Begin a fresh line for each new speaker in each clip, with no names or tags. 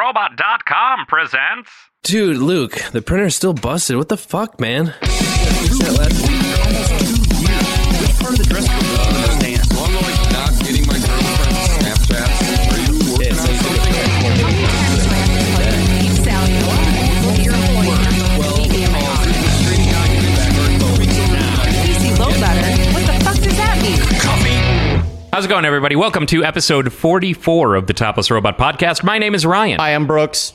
ToplessRobot.com presents.
Dude, Luke, the printer's still busted. What the fuck, man?
not getting my girlfriend's Snapchat. Are you working on something?
How's it going, everybody? Welcome to episode 44 of the Topless Robot Podcast. My name is Ryan.
I am Brooks.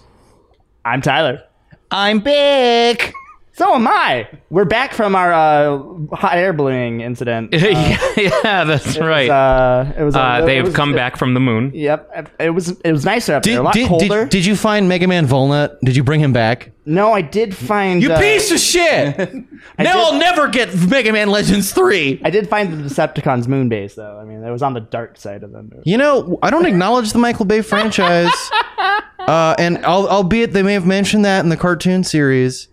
I'm Tyler.
I'm big.
So am I. We're back from our uh, hot air ballooning incident. It
yeah, that's right.
was, uh, it was.
uh,
it
they have
was-
come back from the moon.
Yep. It was. It was nicer up there. A
Did,
lot
did,
colder.
did, did you find Mega Man Volnut? Did you bring him back?
no, I did find.
You
uh,
piece of shit! now
did-
I'll never get Mega Man Legends 3.
I did find the Decepticons' moon base, though. I mean, it was on the dark side of them.
You know, I don't acknowledge the Michael Bay franchise. uh, and al- albeit they may have mentioned that in the cartoon series,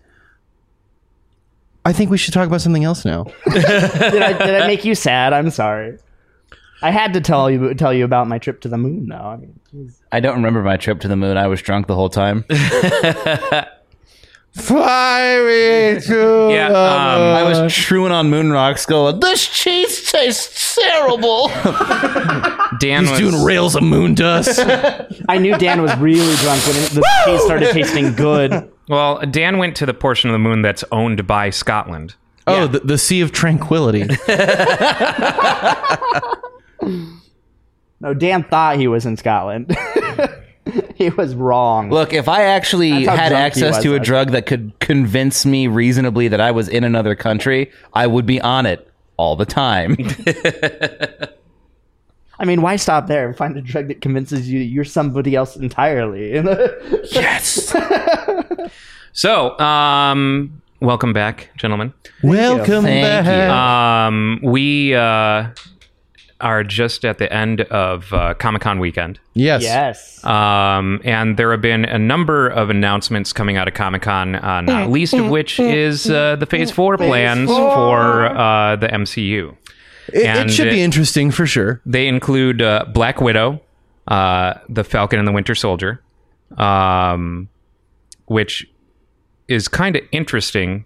I think we should talk about something else now.
Did I, did I make you sad? I'm sorry. I had to tell you tell you about my trip to the moon, though. I mean,
I don't remember my trip to the moon. I was drunk the whole time.
Fly me to
Yeah,
the
um,
I was chewing on moon rocks, going, "This cheese tastes terrible."
Dan was
doing rails of moon dust.
I knew Dan was really drunk when the cheese started tasting good.
well. Dan went to the portion of the moon that's owned by Scotland.
Oh, the, the Sea of Tranquility.
No, Dan thought he was in Scotland. he was wrong.
Look, if I actually
That's how
had
drunk he
access
was,
to a
actually.
drug that could convince me reasonably that I was in another country, I would be on it all the time.
I mean, why stop there and find a drug that convinces you that you're somebody else entirely? And,
yes.
So, um, welcome back, gentlemen.
Welcome
Thank you.
back.
Um, we uh, are just at the end of uh, Comic Con weekend.
Yes.
yes.
Uh,
Um, and there have been a number of announcements coming out of Comic Con, uh, not
Mm,
least of which is uh, the Phase 4 plans for uh, the MCU.
It,
And
it should
it-
be interesting for sure.
They include uh, Black Widow, uh, The Falcon and the Winter Soldier, um, which is kind of interesting.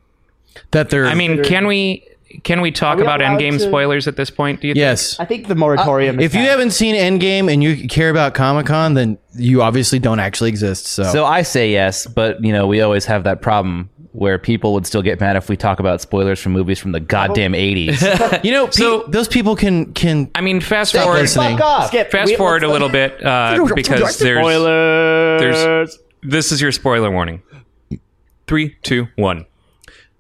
That they're.
I mean, can we. Can we talk
we
about
allowed
Endgame
to-
spoilers at this point? Do you think?
yes.
I think the moratorium is
If you
passed.
haven't seen Endgame and you care about Comic Con, then you obviously don't actually exist. So,
So I say yes, but you know we always have that problem where people would still get mad if we talk about spoilers from movies from the goddamn eighties.
you know, so those people can can
I mean, fast forward.
listening.
Skip.
Fast
We-
forward a
let's-
little bit uh, because there's
Uh,
there's this is your spoiler warning. Three, two, one.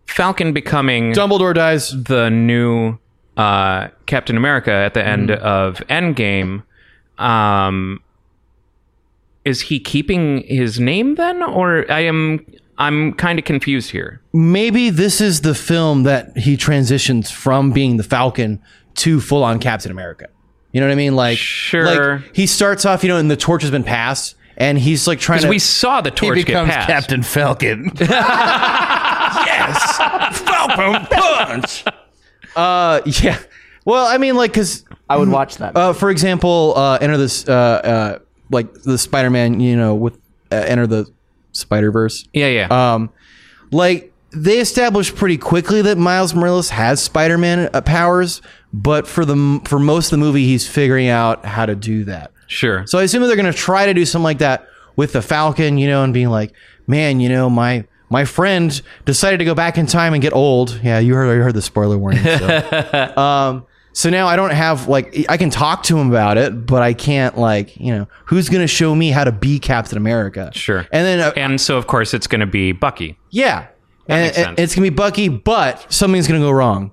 Falcon becoming
Dumbledore dies.
the new uh, Captain America at the end
Mm-hmm.
of Endgame. Um, is he keeping his name then, or I am I'm kind of confused here.
Maybe this is the film that he transitions from being the Falcon to full on Captain America. You know what I mean? Like,
Sure.
Like he starts off, you know, and the torch has been passed, and he's like trying
Because
to.
we saw the torch get passed.
Falcon.
uh, yeah. Well, I mean, like, because
I would watch that.
Uh, for example, uh, enter this, uh, uh, like the Spider-Man, you know, with uh, enter the Spider-Verse.
Yeah, yeah.
Uh,
Um, like they established pretty quickly that Miles Morales has Spider-Man uh, powers, but for the m- for most of the movie, he's figuring out how to do that.
sure.
So I assume they're going to try to do something like that with the Falcon, you know, and being like, man, you know, my my friend decided to go back in time and get old. Yeah, you heard, you heard the spoiler warning. So. um, so now I don't have like I can talk to him about it, but I can't like you know who's going to show me how to be Captain America?
Sure.
And then uh,
and so of course it's going to be Bucky.
yeah,
makes
and,
sense.
and it's going to be Bucky, but something's going to go wrong,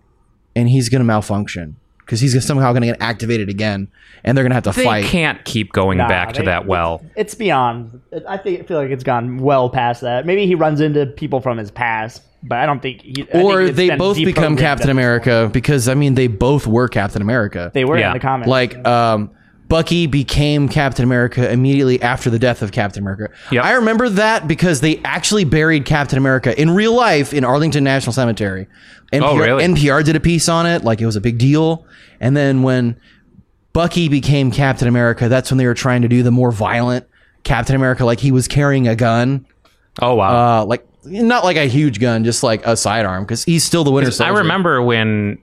and he's going to malfunction because he's somehow going to get activated again, and they're going to have to
They
fight.
can't keep going
Nah,
back to
they-
that well.
it's beyond. It- I think I feel like it's gone well past that. Maybe he runs into people from his past, but I don't think. He, I think
or
it's
they
been
both become
deprogrammed
Captain
at-
America because I mean they both were Captain America.
They were
Yeah.
in the comments.
like um, Bucky became Captain America immediately after the death of Captain America.
Yep.
I remember that because they actually buried Captain America in real life in Arlington National Cemetery. NPR,
Oh, really?
NPR did a piece on it, like it was a big deal. And then when Bucky became Captain America, that's when they were trying to do the more violent Captain America like he was carrying a gun,
Oh wow.
uh, like not like a huge gun, just like a sidearm because he's still the Winter
I
Soldier.
remember when.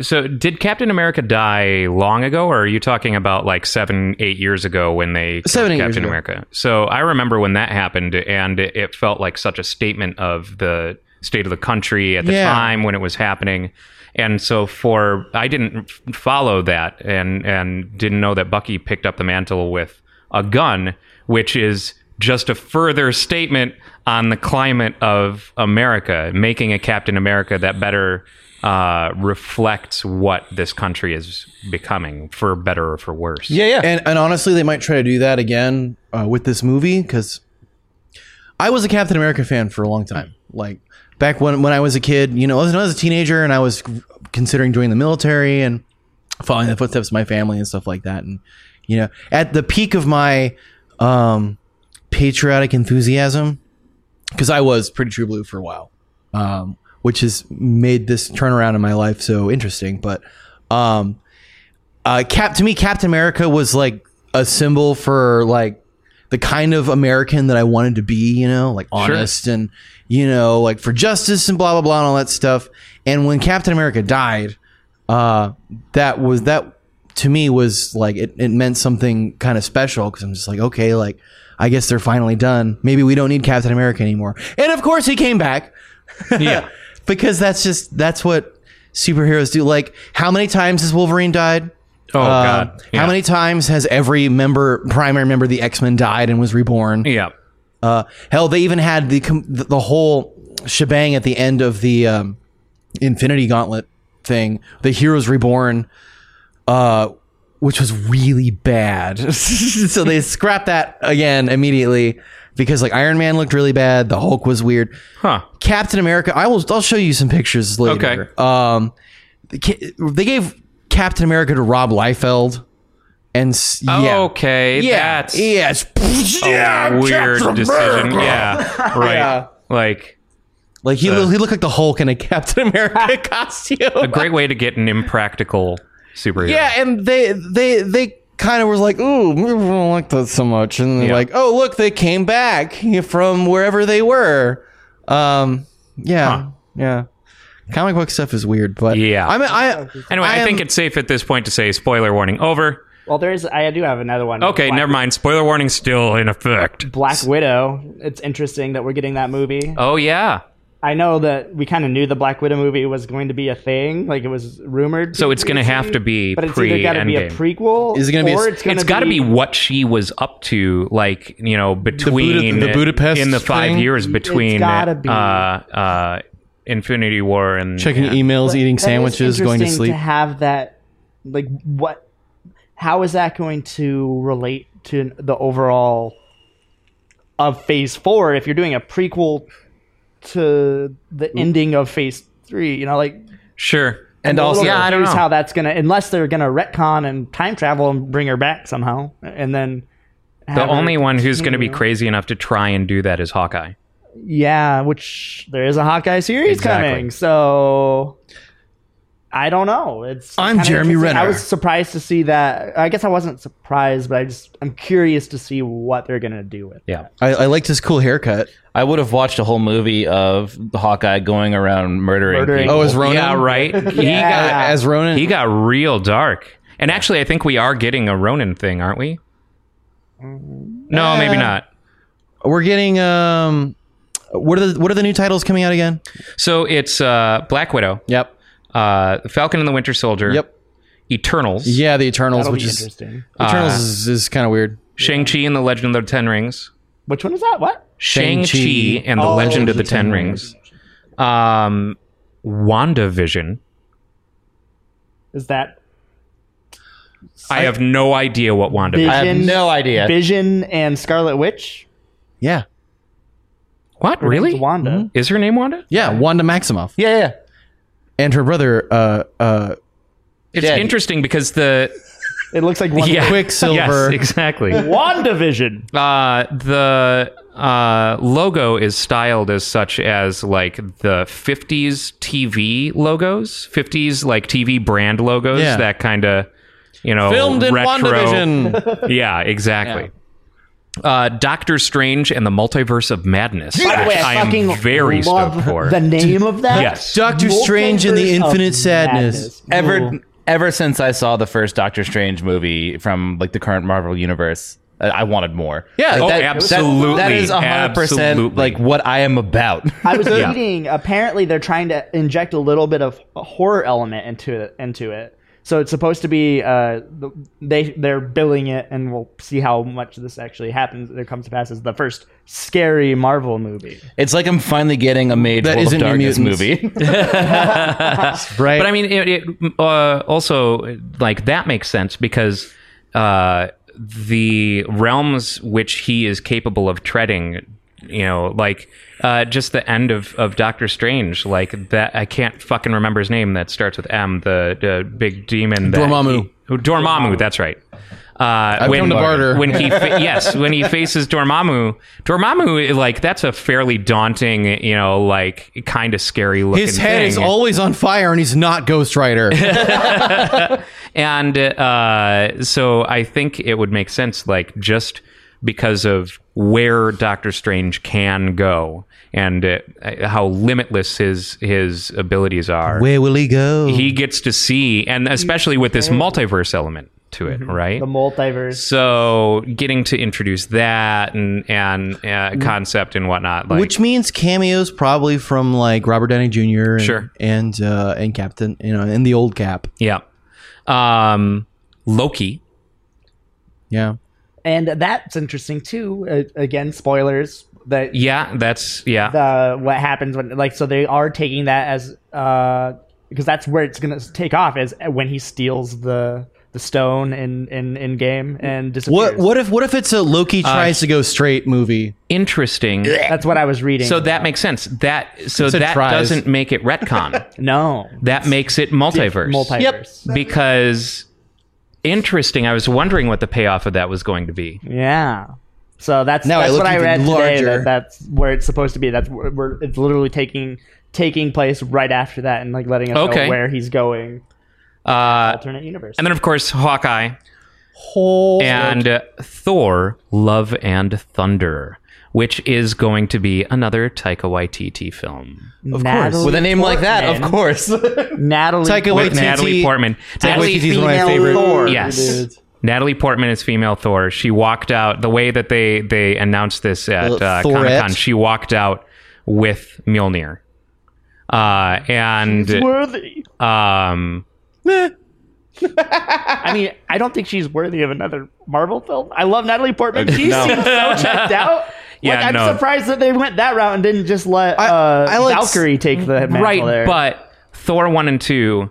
So, did Captain America die long ago, or are you talking about like seven, eight years ago when they killed
Seven, eight years
Captain
ago.
America? So, I remember when that happened, and it, it felt like such a statement of the state of the country at the
Yeah.
time when it was happening. And so, for I didn't f- follow that, and and didn't know that Bucky picked up the mantle with a gun, which is just a further statement on the climate of America, making a Captain America that better uh, reflects what this country is becoming, for better or for worse.
Yeah, yeah.
And, and honestly, they might try to do that again uh, with this movie because I was a Captain America fan for a long time. Like back when when I was a kid, you know, I was, when I was a teenager and I was considering joining the military and following the footsteps of my family and stuff like that. And you know, at the peak of my um, patriotic enthusiasm, because I was pretty true blue for a while, um, which has made this turnaround in my life so interesting. But um, uh, Cap to me, Captain America was like a symbol for like the kind of American that I wanted to be, you know, like honest and you know, like for justice and blah blah blah and all that stuff. And when Captain America died, uh, that was that to me was like it, it meant something kind of special because I'm just like, okay, like I guess they're finally done. Maybe we don't need Captain America anymore. And of course, he came back. yeah, because that's just that's what superheroes do. Like, how many times has Wolverine died?
Oh
Uh,
God. Yeah.
How many times has every member, primary member of the X Men, died and was reborn?
Yeah.
Uh, hell, they even had the com- the the whole shebang at the end of the um, Infinity Gauntlet thing, the Heroes Reborn, uh, which was really bad. so they scrapped that again immediately because like Iron Man looked really bad, the Hulk was weird.
Huh.
Captain America. I will. I'll show you some pictures later.
Okay.
Um, the ki- they gave Captain America to Rob Liefeld, and s- yeah,
Okay.
yeah,
That's
Eh,
yeah, it's-
a
yeah,
weird
Captain
decision.
America.
Yeah. Right.
Yeah.
Like
Like
uh,
he, lo- he looked like the Hulk in a Captain America costume.
a great way to get an impractical superhero.
yeah, and they they they kind of was like, ooh, we don't like that so much, and they're
Yeah.
like, oh, look, they came back from wherever they were. Um, yeah, yeah. Comic book stuff is weird, but
Yeah.
I mean, I
Anyway, I,
am-
think it's safe at this point to say spoiler warning over.
Well, there is. I do have another one.
Okay,
Black,
never mind. Spoiler warning still in effect.
Black Widow. It's interesting that we're getting that movie.
Oh yeah.
I know that we kind of knew the Black Widow movie was going to be a thing. Like it was rumored.
So it's gonna have to be
but it's
pre
either got to be a
Endgame.
prequel.
Is it gonna be a
Or
s-
it's gonna
it's got to be what she was up to, like you know, between
the Budapest
in the five
thing?
years between
gotta be.
uh, uh, Infinity War and
checking emails, eating
That is
sandwiches, going to
interesting
sleep.
To have that, like, what? How is that going to relate to the overall of Phase Four? If you're doing a prequel to
Mm.
the ending of Phase Three, you know, like,
sure.
And
I'm a
also,
little
Yeah, I don't
confused
know.
how that's gonna, unless they're gonna retcon and time travel and bring her back somehow, and then
The only one who's going to
Mm-hmm.
be crazy enough to try and do that is Hawkeye.
Yeah, which there is a Hawkeye series
Exactly.
coming, so I don't know. It's
I'm
kinda
Jeremy
interesting. I
Renner.
was surprised to see that. I guess I wasn't surprised, but I just I'm curious to see what they're gonna do with.
Yeah.
I, I liked his cool haircut.
I would have watched a whole movie of Hawkeye going around murdering.
Murdering.
people.
Oh, as Ronan.
Yeah, right. He
Yeah.
as Ronan.
got he got real dark. And actually, I think we are getting a Ronin thing, aren't we?
Uh,
No, maybe not.
We're getting um. What are the what are the new titles coming out again?
So it's uh, Black Widow,
Yep.
uh, Falcon and the Winter Soldier,
Yep.
Eternals,
Yeah, the Eternals,
That'll
which
be
is
interesting.
Eternals is, is kind of weird.
Shang Chi and the Legend of the Ten Rings,
Which one is that? What?
Shang
Shang-Chi.
Chi and the
Oh,
Legend of the
the
Ten Rings, um, WandaVision.
Is that
I have no idea what WandaVision.
I have
Vision-
no idea.
Vision and Scarlet Witch?
Yeah.
what really? Mm-hmm.
It's Wanda.
Is her name Wanda?
Yeah, Wanda Maximoff
yeah, yeah.
and her brother, uh, uh,
It's
Yeah.
interesting because the
It looks like Wanda.
yeah,
Quicksilver.
Yes, exactly.
WandaVision.
uh, the uh, logo is styled as such as like the 50s TV logos, 50s like TV brand logos,
Yeah.
that kind of, you know,
filmed in
retro.
WandaVision.
Yeah, exactly. uh, Doctor Strange and the Multiverse of Madness.
By the way,
which
I,
am
fucking
very
love
stoked for.
the name of that.
Yes.
Doctor Strange and the
Multiverse of
Infinite Sadness.
ever
Ooh.
ever since I saw the first Doctor Strange movie from like the current Marvel universe, I, I wanted more.
Yeah,
Like,
oh, absolutely,
that is hundred percent
absolutely.
like what I am about.
I was reading. Apparently, they're trying to inject a little bit of a horror element into it. Into it. So it's supposed to be. Uh, the- they they're billing it, and we'll see how much this actually happens. It comes to pass as the first scary Marvel movie.
it's like I'm finally getting a made
That
World
isn't
of
New
Darkness
Mutants.
movie.
right?
But I mean, it, it uh, also like that makes sense because uh, the realms which he is capable of treading, you know, like uh, just the end of, of Doctor Strange, like that. I can't fucking remember his name. That starts with M, the, the big demon. That
Dormammu.
he- oh, Dormammu. That's right. Uh,
I've come to barter.
when he fa- yes when he faces Dormammu Dormammu like that's a fairly daunting you know like kind of scary looking
his head is
thing.
always on fire, and he's not Ghost Rider.
And uh, so I think it would make sense, like just because of where Doctor Strange can go and uh, how limitless his his abilities are.
Where will he go?
he gets to see, and especially with this multiverse element to it, right?
The multiverse.
So getting to introduce that and and uh, concept and whatnot, like
which means cameos probably from like Robert Downey Jr. And,
Sure.
and uh, and Captain, you know, and the old Cap.
yeah, um, Loki.
Yeah,
And that's interesting too. Uh, again, spoilers. That
Yeah, that's yeah.
the what happens when like so they are taking that as uh because that's where it's gonna take off is when he steals the the stone in in in game and disappears.
What what if what if it's a Loki
Uh,
tries to go straight movie?
Interesting.
That's what I was reading.
So that makes sense. That so
said
that
tries.
doesn't make it retcon.
no
that makes it multiverse.
multiverse.
Because interesting, I was wondering what the payoff of that was going to be.
Mm.
Yeah. So that's
Now I
that's
look
what I
even
read today.
larger.
That that's where it's supposed to be. That's where where it's literally taking taking place right after that and like letting us
Okay.
know where he's going.
Uh,
Alternate universe.
and then, of course, Hawkeye and uh, Thor: Love and Thunder, which is going to be another Taika Waititi film
of
course.
With a name like that, of course.
Natalie
Taika
Portman.
with Natalie
Waititi-
Portman.
Taika
Natalie
Waititi's one of my
female
favorite.
Thor.
Yes. Natalie Portman is female Thor. She walked out the way that they they announced this at
Uh,
uh,
Thorette.
Comic Con. She walked out with Mjolnir, uh, and
worthy.
um,
I mean, I don't think she's worthy of another Marvel film. I love Natalie Portman. She seems so checked out.
Uh, Yeah,
like, I'm
no.
surprised that they went that route and didn't just let
I-
uh,
I like s-
Valkyrie take the mantle
right,
there.
but Thor one and two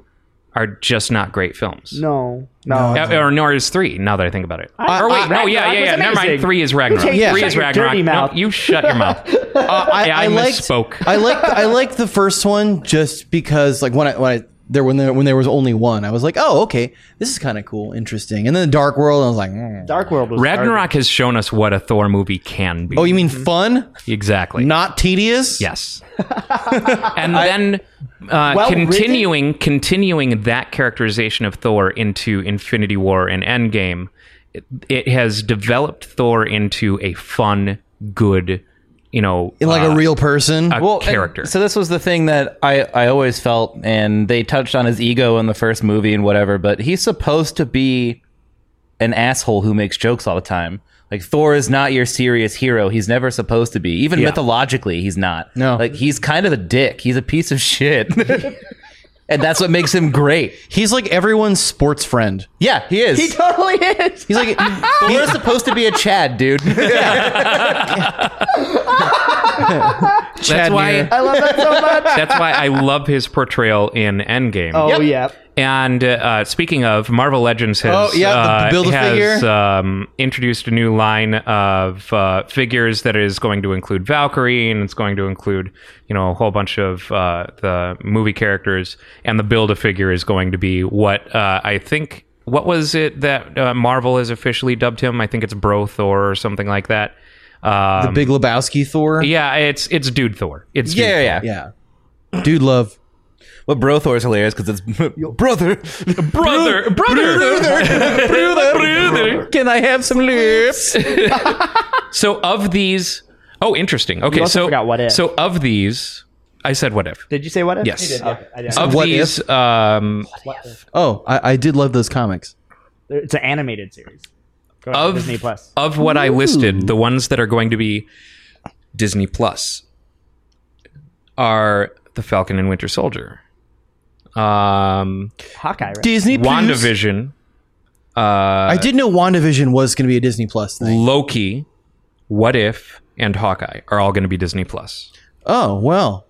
are just not great films.
no, no.
Uh, or nor is three. Now that I think about it,
I-
or wait,
I-
no, yeah, yeah,
Ragnarok
yeah.
was
Never mind.
amazing.
Three is Ragnarok.
can't
Three
shut
is
your
Ragnarok.
dirty
No,
mouth.
you shut your mouth.
Uh, I,
Yeah, I
liked,
misspoke.
I liked I liked the first one just because like when I when I there when there when there was only one, I was like, oh okay, this is kind of cool, interesting. And then the Dark World, I was like, mm.
Dark World was
Ragnarok has shown us what a Thor movie can be.
oh, you mean
Mm-hmm.
fun,
exactly.
not tedious?
Yes. and then uh,
Well
continuing continuing that characterization of Thor into Infinity War and Endgame, it, it has developed Thor into a fun, good, you know,
In, like
uh,
a real person.
a
and
character.
So this was the thing that I, I always felt, and they touched on his ego in the first movie and whatever, but he's supposed to be an asshole who makes jokes all the time. Like Thor is not your serious hero. He's never supposed to be. Even mythologically, he's not.
No.
Like he's kind of a dick. He's a piece of shit. and that's what makes him great.
He's like everyone's sports friend.
Yeah, he is.
He totally is.
He's like
Thor is supposed to be a Chad, dude.
that's
Chad Muir.
why
I love that so much.
that's why I love his portrayal in Endgame.
Oh yeah.
And uh, speaking of, Marvel Legends has,
Oh, yeah, the
uh,
Build-A-Figure.
has um, introduced a new line of uh, figures that is going to include Valkyrie and it's going to include, you know, a whole bunch of uh, the movie characters. And the Build a Figure is going to be what uh, I think. What was it that uh, Marvel has officially dubbed him? I think it's Bro Thor or something like that. Uh,
Big Lebowski Thor.
yeah, it's it's Dude Thor. It's Dude
yeah, yeah, yeah.
Yeah. Dude love.
But bro Thor is hilarious because it's brother.
brother, brother, brother, brother.
Can I have some lips?
So of these, oh, interesting. Okay,
also
so
forgot what if.
so of these, I said what if.
Did you say what if?
Yes.
Okay, I did.
Of
What
these, um,
Oh, I, I did love those comics.
It's an animated series. Go on
of
Disney Plus.
of what I listed, the ones that are going to be Disney Plus are the Falcon and Winter Soldier, um,
Hawkeye, right?
Disney
WandaVision,
I did know WandaVision was going to be a Disney Plus thing.
Loki, What If, and Hawkeye are all going to be Disney Plus.
Oh well.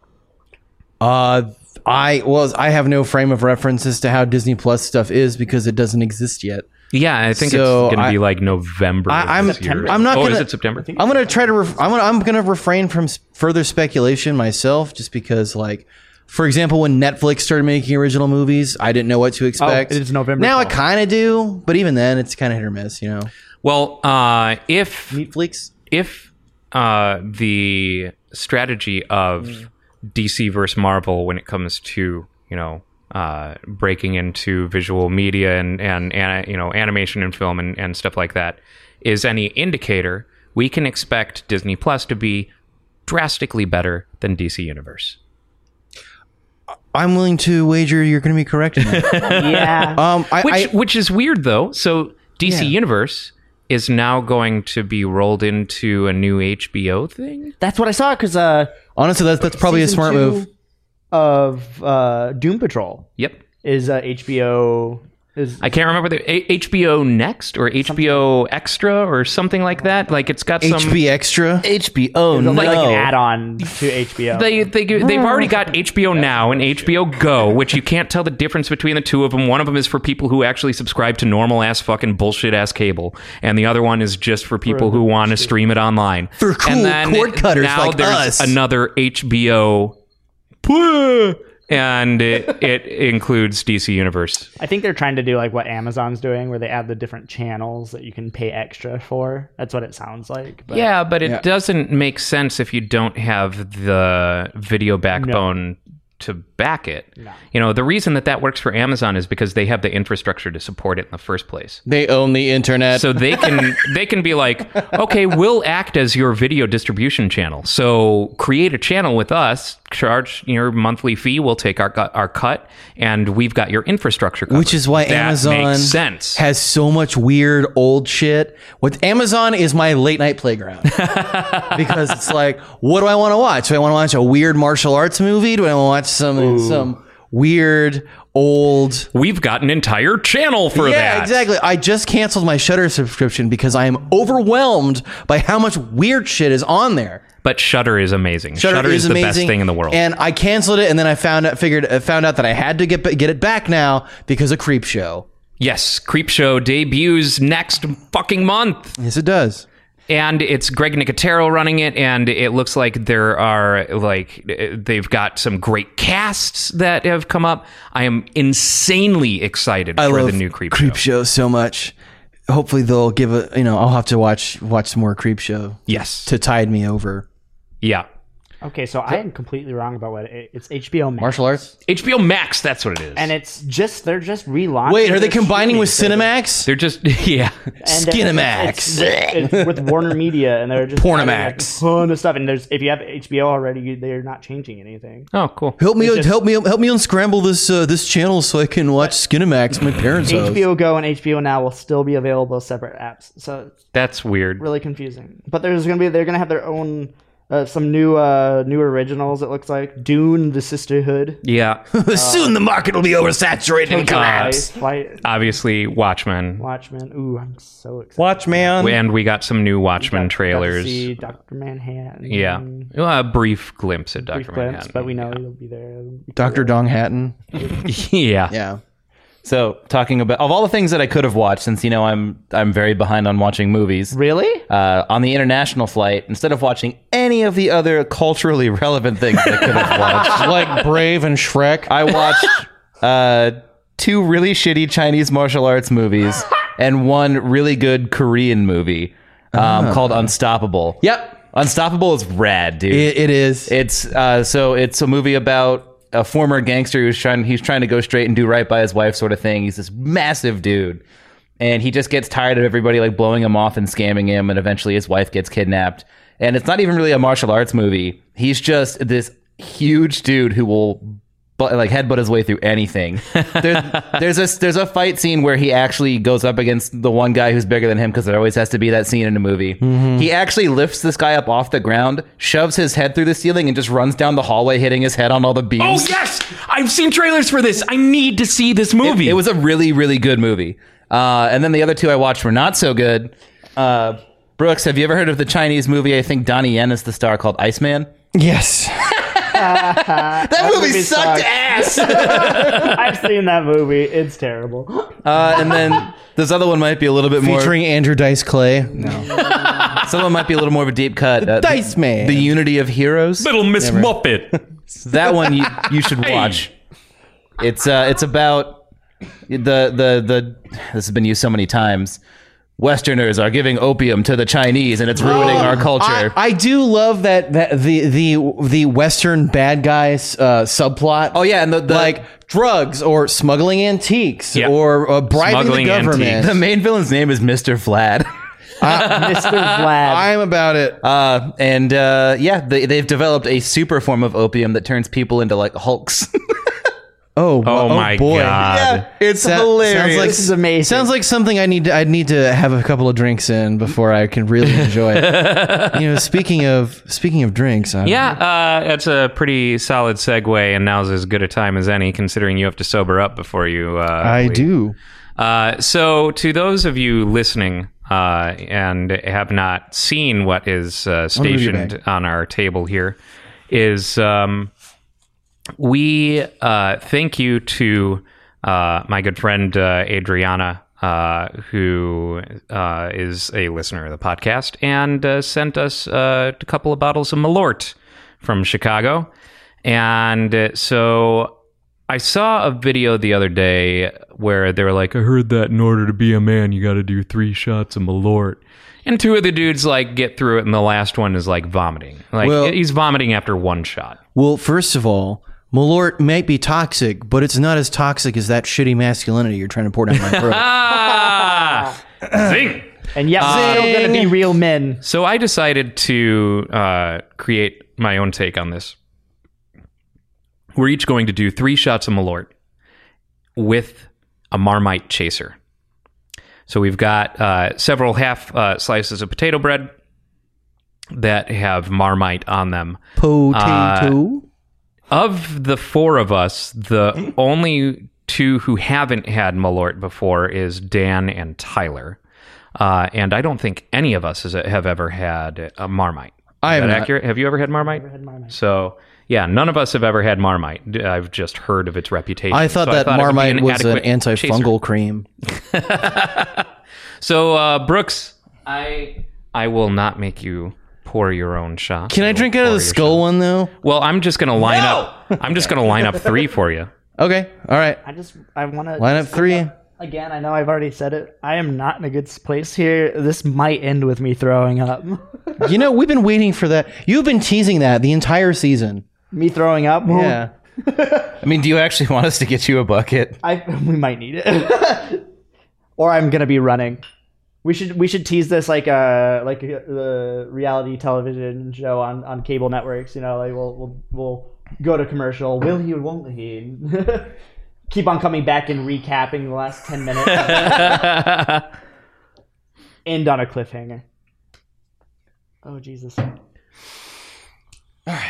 Uh, I was I have no frame of reference as to how Disney Plus stuff is because it doesn't exist yet.
Yeah, I think
So
it's going to
I-
be like November.
I,
of
I'm
this year.
I'm not.
Oh,
gonna,
is it September?
I'm gonna try to. Ref- I'm gonna. I'm gonna refrain from s- further speculation myself, just because, like, for example, when Netflix started making original movies, I didn't know what to expect.
Oh, it is November
now. I
12th.
kind of do, but even then, it's kind of hit or miss. You know,
Well, uh, if
Netflix.
if uh, the strategy of DC versus Marvel when it comes to you know uh, breaking into visual media and and, and you know animation and film and, and stuff like that is any indicator, we can expect Disney Plus to be drastically better than DC Universe.
I'm willing to wager you're gonna be correct. in that.
yeah.
um, I,
which
I
which is weird though. So DC Universe is now going to be rolled into a new HBO thing.
That's what I saw because uh,
honestly, that's that's probably a
season
Oh, smart
two
move.
of uh, Doom Patrol
Yep.
is uh, HBO. Is
I can't remember the A- HBO Next or HBO Extra or something like that. Like it's got some.
HB Extra.
HBO. No.
like an add-on to HBO.
They they give- they've already got HBO Now and HBO Go, which you can't tell the difference between the two of them. One of them is for people who actually subscribe to normal ass fucking bullshit ass cable, and the other one is just for people who want to stream it online.
For cool
and then
cord cutters
now
like
there's
us.
another HBO, and it, it includes DC Universe.
I think they're trying to do like what Amazon's doing, where they add the different channels that you can pay extra for. That's what it sounds like. But
Yeah, but it doesn't make sense if you don't have the video backbone to back it. You know, the reason that that works for Amazon is because they have the infrastructure to support it in the first place.
They own the internet.
So they can they can be like, "Okay, we'll act as your video distribution channel. So create a channel with us, charge your monthly fee, we'll take our cut- our cut, and we've got your infrastructure covered."
which is why
That
Amazon
makes sense.
has so much weird old shit. With Amazon is my late night playground because it's like, what do I want to watch? Do I want to watch a weird martial arts movie? Do I want to watch some some weird old?
we've got an entire channel for that.
yeah, exactly. I just canceled my Shutter subscription because I am overwhelmed by how much weird shit is on there.
But Shutter is amazing. Shutter, is, the best thing in the world.
And I canceled it, and then I found out figured uh, found out that I had to get get it back now because of Creep Show.
Yes, Creepshow debuts next fucking month,
Yes, it does.
and it's Greg Nicotero running it, and it looks like there are like they've got some great casts that have come up. I am insanely excited
I
for
love
the new Creepshow.
Creep Show so much. Hopefully they'll give a you know I'll have to watch watch some more Creep Show
Yes,
to tide me over.
yeah.
okay, so I am completely wrong about what it, it's HBO Max,
Martial arts.
HBO Max, that's what it is.
and it's just they're just relaunching.
Wait, are they
their
combining with
streaming service.
Cinemax?
they're just yeah.
And then
Skinemax.
it's- it's with Warner Media, and they're just adding, like,
Pornomax.
a ton of stuff. And there's if you have HBO already, you, they're not changing anything.
Oh, cool.
Help me!
just-
help me! Help me unscramble this uh, this channel so I can watch Skinemax. My parents' house.
HBO Go and HBO Now will still be available as separate apps. So it's
That's weird.
really confusing. But there's gonna be they're gonna have their own uh, some new uh, new originals. It looks like Dune: The Sisterhood,
Yeah,
Soon the market will be oversaturated and collapse.
Twilight,
obviously Watchmen,
Watchmen. Ooh, I'm so excited.
Watch man.
and we got some new Watchmen
Got to
trailers.
see Doctor Manhattan.
Yeah, Well, a brief glimpse at Doctor
Mm. Brief glimpse,
Manhattan.
but we know he'll be there.
Doctor Dong Hatton.
yeah.
Yeah.
So talking about of all the things that I could have watched, since you know I'm I'm very behind on watching movies.
Really?
Uh, on the international flight, instead of watching any of the other culturally relevant things that I could have watched,
like Brave and Shrek.
I watched uh, two really shitty Chinese martial arts movies and one really good Korean movie um, called Unstoppable.
Yep.
Unstoppable is rad, dude.
It, it is.
It's uh, so it's a movie about a former gangster who's trying he's trying to go straight and do right by his wife, sort of thing. He's this massive dude, and he just gets tired of everybody like blowing him off and scamming him, and eventually his wife gets kidnapped. And it's not even really a martial arts movie. He's just this huge dude who will but like headbutt his way through anything. There, there's a there's a fight scene where he actually goes up against the one guy who's bigger than him because there always has to be that scene in a movie. He actually lifts this guy up off the ground, shoves his head through the ceiling, and just runs down the hallway, hitting his head on all the beams.
Oh yes, I've seen trailers for this. I need to see this movie.
It was a really, really good movie. Uh, and then the other two I watched were not so good. Uh, Brooks, have you ever heard of the Chinese movie? I think Donnie Yen is the star called Iceman.
Yes.
That movie
movie
sucked
sucks.
ass.
I've seen that movie. It's terrible.
Uh, and then this other one might be a little bit more.
Featuring Andrew Dice Clay.
Someone might be a little more of a deep cut. Uh,
Dice Man.
The Unity of Heroes.
Little Miss Muppet.
That one you, you should watch. It's uh, it's about the the the. This has been used so many times. Westerners are giving opium to the Chinese, and it's ruining our culture.
I, I do love that that the the the Western bad guys uh, subplot.
oh yeah, and the, the
like drugs or smuggling antiques
Yeah.
or uh, bribing
Smuggling
the government.
the main villain's name is Mr. Vlad.
Mr. Vlad.
I'm about it.
Uh, and uh, yeah, they, they've developed a super form of opium that turns people into like hulks.
Oh,
oh, oh,
my
boy.
god.
it's
That
hilarious.
Sounds like,
This is amazing.
Sounds like something I need. To, I'd need to have a couple of drinks in before I can really enjoy it. you know, speaking of speaking of drinks, i
Yeah, uh, that's a pretty solid segue, and now's as good a time as any, considering you have to sober up before you. Uh,
I
leave.
do.
Uh, so, to those of you listening uh, and have not seen what is uh,
move you
stationed on our table here, is um, we uh, thank you to uh, my good friend uh, Adriana, uh, who uh, is a listener of the podcast and uh, sent us uh, a couple of bottles of Malort from Chicago. And uh, so I saw a video the other day where they were like, I heard that in order to be a man, you got to do three shots of Malort. And two of the dudes like get through it, and the last one is like vomiting. Like
Well-
he's vomiting after one shot.
Well, first of all, Malort might be toxic, but it's not as toxic as that shitty masculinity you're trying to pour down my throat.
Ah, zing.
and yet we're still gonna be real men.
So I decided to uh, create my own take on this. We're each going to do three shots of Malort with a Marmite chaser. So we've got uh, several half uh, slices of potato bread that have Marmite on them. Uh,
Potato.
Of the four of us,
Hmm?
the only two who haven't had Malort before is Dan and Tyler. Uh, and I don't think any of us is, have ever had a Marmite.
I
Is
have
that
not.
accurate? Have you ever had Marmite? So yeah, none of us have ever had Marmite. D- I've just heard of its reputation.
I thought
So
that
it would be
Marmite was an
adequate chaser.
antifungal cream.
So uh, Brooks, I I will not make you pour your own shot.
Can I
will
drink out of
pour
the
your
skull one though?
shot. Well, I'm just gonna line up. I'm just gonna line up three for you.
Okay, all right.
I just I want to
Line up three.
again. I know I've already said it. I am not in a good place here. This might end with me throwing up.
You know, we've been waiting for that. You've been teasing that the entire season.
me throwing up.
Yeah.
I mean, do you actually want us to get you a bucket?
I we might need it. or I'm gonna be running. We should we should tease this like uh like uh, the reality television show on on cable networks. You know, like we'll we'll, we'll go to commercial. Will he? or Won't he? Keep on coming back and recapping the last ten minutes. End on a cliffhanger. Oh Jesus!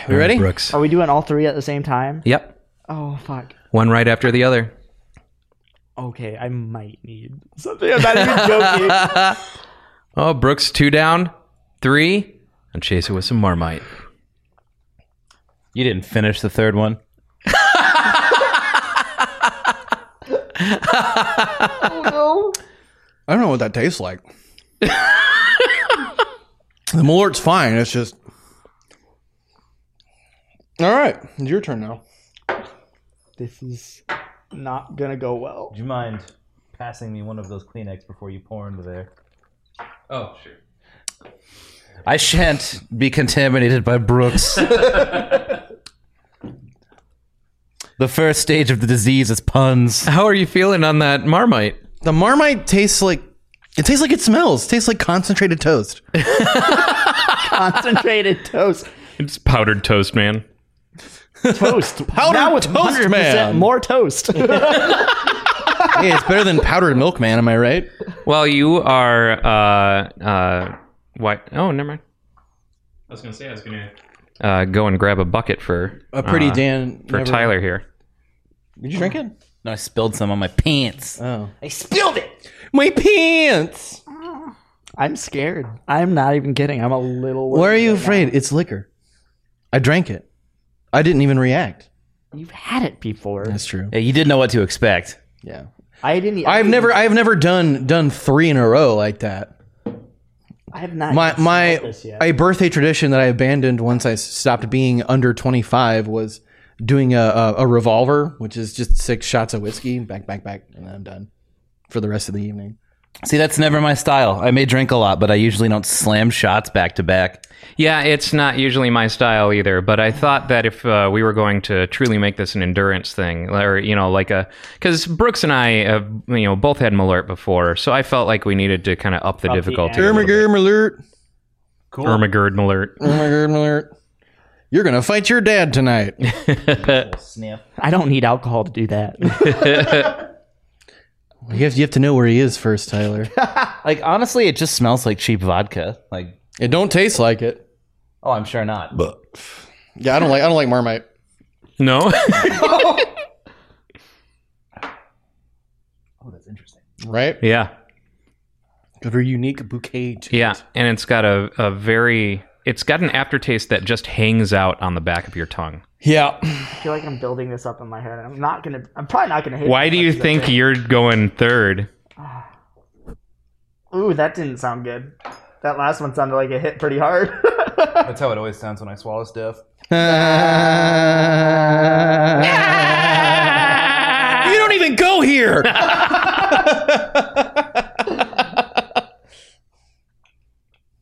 We ready?
Brooks.
Are we doing all three at the same time?
Yep.
Oh fuck.
One right after the other.
Okay, I might need something. I'm not even joking.
Oh, Brooks, two down, three, and chase it with some Marmite.
You didn't finish the third one.
I don't know what that tastes like. the Malort's fine. It's just. All right, it's your turn now.
this is not gonna go well.
Do you mind passing me one of those Kleenex before you pour into there?
Oh, sure.
I shan't be contaminated by Brooks. The first stage of the disease is puns.
How are you feeling on that Marmite?
The Marmite tastes like it tastes like it smells. It tastes like concentrated toast.
Concentrated toast.
It's powdered toast, man.
Toast.
Powdered
now with
toast,
100%
man.
more toast.
hey, it's better than powdered milk, man. Am I right?
Well, you are. Uh, uh, what? Oh, never mind. I was gonna say I was gonna uh, go and grab a bucket for
Uh-huh.
A pretty
uh,
Dan
for
never-
Tyler here.
Did you drink it?
No, I spilled some on my pants.
Oh,
I spilled it.
my pants.
I'm scared. I'm not even kidding. I'm a little worried.
Why are you
right
afraid? It's liquor. I drank it. I didn't even react.
now. You've had it before.
That's true.
Yeah, you did know what to expect.
Yeah.
I didn't.
I've never I've never done done three in a row like that.
I have not.
my
smelled
my
this yet.
a birthday tradition that I abandoned once I s- stopped being under 25 was doing a, a, a revolver, which is just six shots of whiskey, back, back, back, and then I'm done for the rest of the evening.
See, that's never my style. I may drink a lot, but I usually don't slam shots back to back.
Yeah, it's not usually my style either, but I thought that if uh, we were going to truly make this an endurance thing, or, you know, like a. Because Brooks and I have, you know, both had Malort before, so I felt like we needed to kind of up the
Up the
difficulty.
ante.
Ermagerd alert.
cool.
Ermagerd Malort.
Ermagerd alert. You're going to fight your dad tonight.
I don't need alcohol to do that.
you, have, you have to know where he is first, Tyler.
Like honestly, it just smells like cheap vodka. Like,
it don't taste like it.
oh, I'm sure not.
Yeah, I don't like I don't like Marmite.
No?
Right?
yeah.
Got a unique bouquet. To
Yeah. And it's got a, a very. It's got an aftertaste that just hangs out on the back of your tongue.
Yeah.
I feel like I'm building this up in my head. I'm not gonna. I'm probably not gonna hit.
Why
it.
do you think you're going third?
Ooh, that didn't sound good. That last one sounded like it hit pretty hard.
That's how it always sounds when I swallow stuff.
you don't even go here.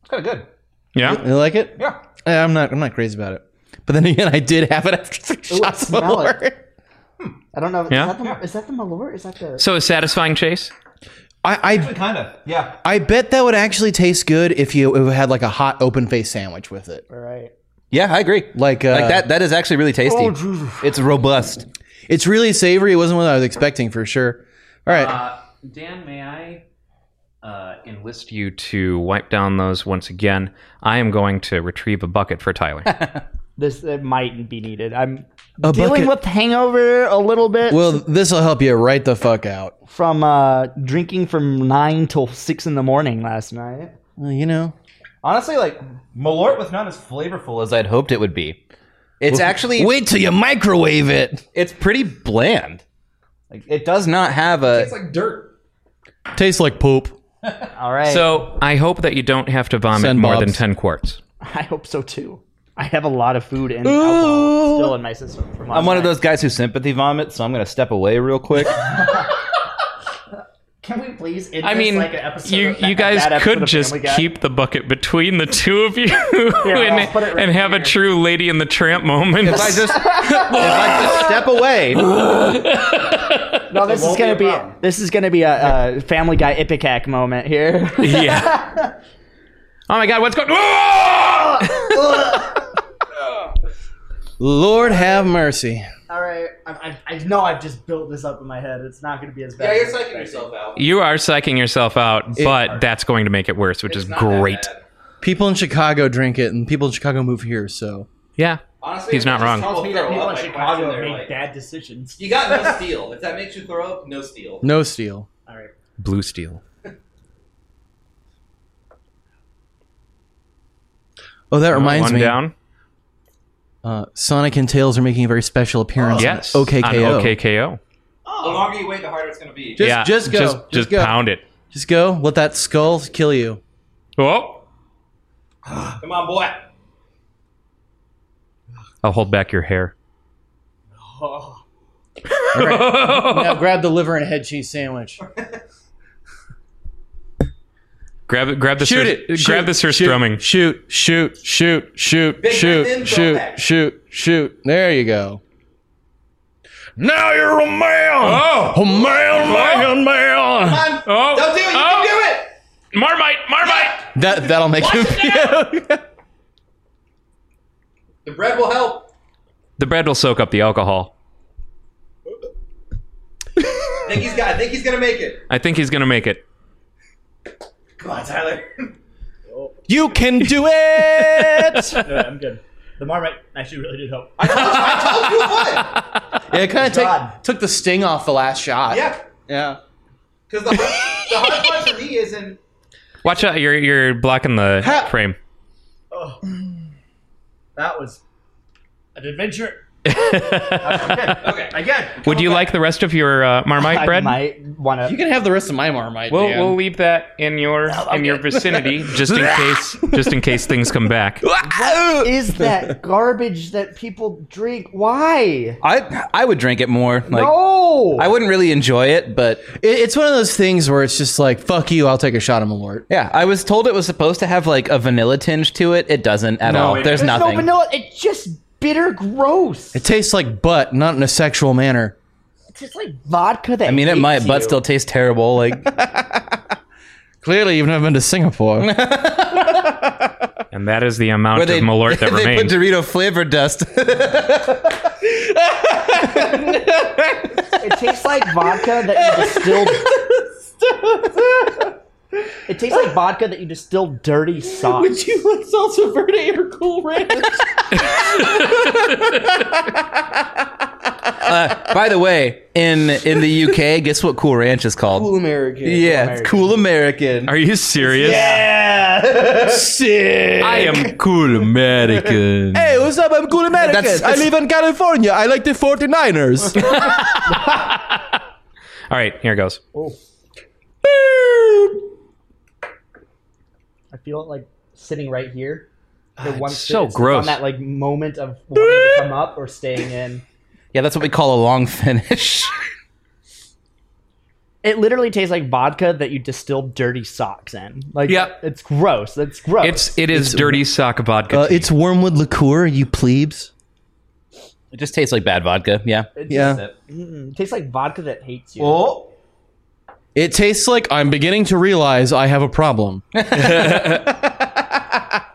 It's kind of good.
Yeah.
You like it?
Yeah.
Yeah, I'm not. I'm not crazy about it. But then again, I did have it after three
Ooh, I
shots of
smell it.
Malort.
I don't know.
Yeah?
Is that, the, is that the Malort? Is that the?
So a satisfying chase?
I, I
Kind of. Yeah.
I bet that would actually taste good if you if it had like a hot open face sandwich with it.
All right.
Yeah, I agree.
Like, uh,
like that. That is actually really tasty. it's robust.
It's really savory. It wasn't what I was expecting for sure. All right.
Uh, Dan, may I uh, enlist you to wipe down those once again? I am going to retrieve a bucket for Tyler.
This it mightn't be needed. I'm
A bucket-
dealing with hangover a little bit
well, this will help you right the fuck out.
from uh, drinking from nine till six in the morning last night.
Well, you know.
Honestly, like Malort was not as flavorful as I'd hoped it would be. It's actually
Wait till you microwave it.
it's pretty bland. Like it does not have a.
Tastes like poop.
All right.
so I hope that you don't have to vomit
Send
more than
Bob's.
10 quarts.
I hope so too. I have a lot of food and alcohol still in my system. From
I'm one of those guys who sympathy vomits, so I'm gonna step away real quick.
Can we please? End
I
this
mean,
like an episode
you,
of that-
you guys
that episode
could
of
just
Family Guy?
keep the bucket between the two of you
I'll
and,
put it right
and have a
here.
true Lady in the Tramp moment.
if I just, if I just step away,
No, this is gonna be, this is gonna be a, a Family Guy epic hack moment here.
yeah. Oh my God, what's going on?
Lord have mercy.
All right, I, I, I know I've just built this up in my head. It's not gonna be as bad. as I think.
out.
you are psyching yourself out, but that's going to make it worse, which is great.
People in Chicago drink it, and people in Chicago move here, so.
Yeah.
Honestly,
He's
if
not
it just
wrong.
tells me that people in Chicago
Chicago
are
make
like,
bad decisions.
You got no steal. If that makes you throw up, no steal.
No steal.
All right.
Blue Steel.
Oh, that reminds
One
me.
down.
Uh, Sonic and Tails are making a very special appearance.
Oh. Yes.
On OKKO.
on OKKO.
The longer you wait, the harder it's going to be.
Just,
yeah.
just go.
Just,
Just,
just
go.
pound it.
Just go. Let that skull kill you.
Oh.
Come on, boy.
I'll hold back your hair.
now grab the liver and head cheese sandwich.
Grab it. Grab the
Shoot
Sir,
it.
Grab
Shoot,
the Sir
shoot,
Strumming.
Shoot, shoot, shoot, shoot,
Big
shoot,
breath in, throw it
shoot,
back.
shoot, shoot. There you go.
Now you're a man. Oh, a man, man, man.
Come on.
Oh,
Don't do it. You
oh,
can do it.
Marmite, Marmite.
That that'll make him.
The bread will help.
The bread will soak up the alcohol.
I think he's got. I think he's gonna make it.
I think he's gonna make it.
Come on, Tyler.
you can do it.
No, I'm good. The marmite actually really did help.
Told you what?
Yeah, it kind of
God.
took took the sting off the last shot.
Yeah,
yeah.
because the hard, the hard part for me is in.
Watch out! You're you're blocking the
Ha.
frame.
Oh, that was an adventure.
Okay.
Again,
Would you like the rest of your uh, Marmite bread?
I might want
You
to.
can have the rest of my marmite.
We'll
Dan.
we'll leave that in your in your vicinity just in case just in case things come back.
Is that garbage that people drink? Why?
I I would drink it more. Like
no.
I wouldn't really enjoy it, but
It- it's one of those things where it's just like, fuck you. I'll take a shot of Malort.
yeah, I was told it was supposed to have like a vanilla tinge to it. It doesn't at all. There's,
There's no
nothing.
vanilla. It's just bitter, gross.
It tastes like butt, not in a sexual manner.
It's just like vodka. That
I mean, it
hates
might,
you.
but still tastes terrible. Like
Clearly, you've never been to Singapore.
And that is the amount
where
of
they,
Malort that
they
remains.
put Dorito flavor dust.
It tastes like vodka that you distilled. it tastes like vodka that you distilled dirty sauce.
you like salsa verde or cool ranch?
Uh, By the way, in in the UK, guess what Cool Ranch is called? Cool American. Yeah, it's Cool American.
Are you serious? Yeah. Sick. I am cool American.
hey, what's up? I'm cool American.
That's-
I live in California. I like the 49ers.
All right, here goes.
I feel it like sitting right here.
Ah,
The one
so
it's
gross.
On that like moment of wanting to come up or staying in.
Yeah, that's what we call a long finish.
It literally tastes like vodka that you distilled dirty socks in. Like,
Yeah.
it's gross. That's gross.
It's it is dirty sock vodka.
uh,
tea.
it's wormwood liqueur, you plebes.
it just tastes like bad vodka. Yeah.
Yeah.
it tastes like vodka that hates you.
Oh. It tastes like I'm beginning to realize I have a problem.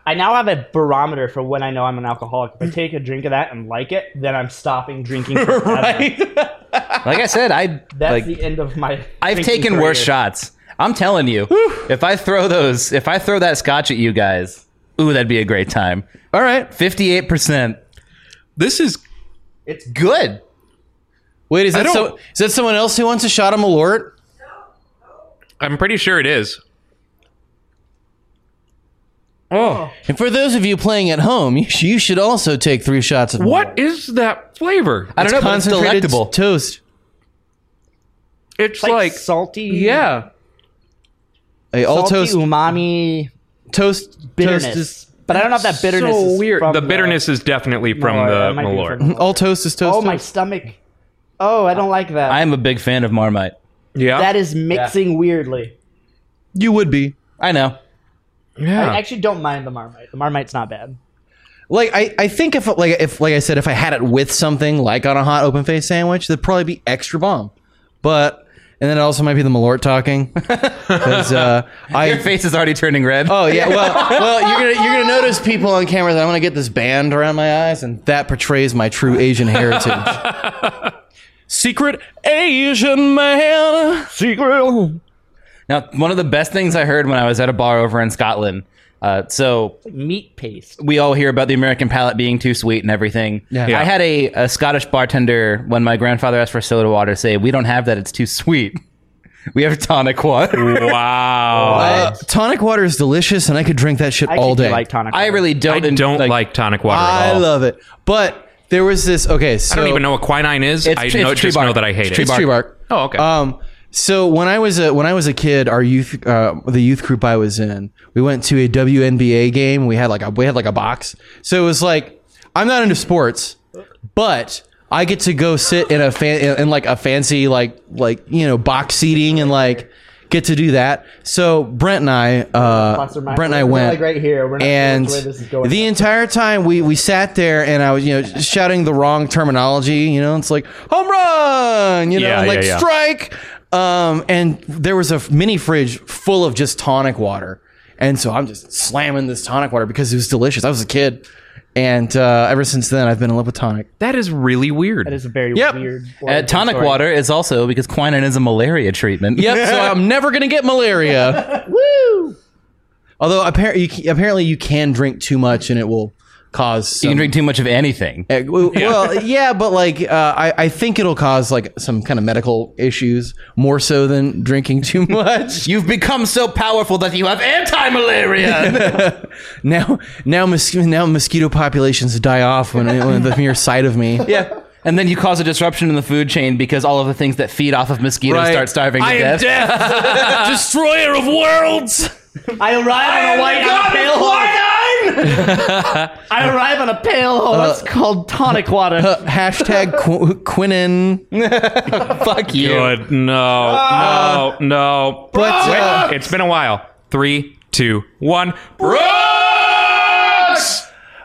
I now have a barometer for when I know I'm an alcoholic. If I take a drink of that and like it, then I'm stopping drinking. forever.
Like I said, I
That's
like
the end of my.
I've
drinking
taken worse
career.
shots. I'm telling you, if I throw those, if I throw that scotch at you guys, ooh, that'd be a great time.
All right.
Fifty-eight percent.
this is
It's good.
Wait, is that,
don't-
so, is that someone else who wants a shot of Malort?
I'm pretty sure it is.
And for those of you playing at home, you, sh- you should also take three shots of
What is that flavor?
I don't know, but it's
concentrated
delectable.
toast.
It's
Like,
like
salty.
yeah.
Hey, all
salty
toast,
umami
toast,
bitterness.
toast is
but I don't know if that bitterness
so
is
weird.
from
The bitterness is definitely from
Malort. That
the
might be
Malort.
from Malort.
all toast is toast.
Oh, my
toast.
stomach. Oh, I don't like that.
I'm a big fan of Marmite.
Yeah.
that is mixing weirdly.
You would be
I know.
yeah.
I actually don't mind the marmite. The marmite's not bad.
like I, I think if like if like I said if I had it with something like on a hot open face sandwich, that'd probably be extra bomb. But and then it also might be the Malort talking because uh,
Your
I.
face is already turning red.
Oh yeah, well, well, you're gonna you're gonna notice people on camera that I'm gonna get this band around my eyes, and that portrays my true Asian heritage. Secret Asian man.
Secret.
Now, one of the best things I heard when I was at a bar over in Scotland. Uh, so
Meat paste.
we all hear about the American palate being too sweet and everything.
Yeah.
I had a, a Scottish bartender when my grandfather asked for soda water say, "We don't have that; it's too sweet. We have tonic water."
wow.
Uh, tonic water is delicious, and I could drink that shit
I
all
actually
day.
do like tonic.
I
water.
really
I
don't. en- uh,
don't like, tonic water at
I
all.
love it. But there was this. Okay, so
I don't even know what quinine is.
It's
I
tr-
know,
it's tree
just
bark.
know that I hate
It's
it.
It's tree bark.
Oh, okay.
Um, so when I was a when I was a kid, our youth uh, the youth group I was in, we went to a WNBA game. We had like a we had like a box. So it was like I'm not into sports, but I get to go sit in a fan in, in like a fancy like like you know box seating and like get to do that. So Brent and I, uh,
Plus or minus-
Brent and I
we're
went
like right here. We're not sure
and
which way this is going.
the entire time we we sat there and I was you know shouting the wrong terminology. You know, it's like home run. You know,
Yeah, yeah,
like
yeah.
strike. Um, and there was a f- mini fridge full of just tonic water, and so I'm just slamming this tonic water because it was delicious. I was a kid. And uh, ever since then, I've been in love with tonic.
That is really weird.
That is a very
Yep.
weird.
Uh, tonic
story.
water is also because quinine is a malaria treatment.
Yep. so I'm never gonna get malaria.
Woo!
Although apparently, you, ca- apparently you can drink too much and it will cause.
You
some-
can drink too much of anything.
Uh, w- Well, yeah, but like uh, I, I think it'll cause like some kind of medical issues more so than drinking too much.
You've become so powerful that you have anti-malaria.
now, now, mos- now mosquito populations die off when, when the mere sight of me.
yeah. And then you cause a disruption in the food chain because all of the things that feed off of mosquitoes
Right.
start starving to
I am
death.
death, destroyer of worlds.
I arrive on a white on a pale horse. I arrive on a pale horse called tonic water.
Uh, hashtag qu- quinin.
Fuck you.
Good. No. No. No.
But uh,
It's been a while. Three, two, one. Bro.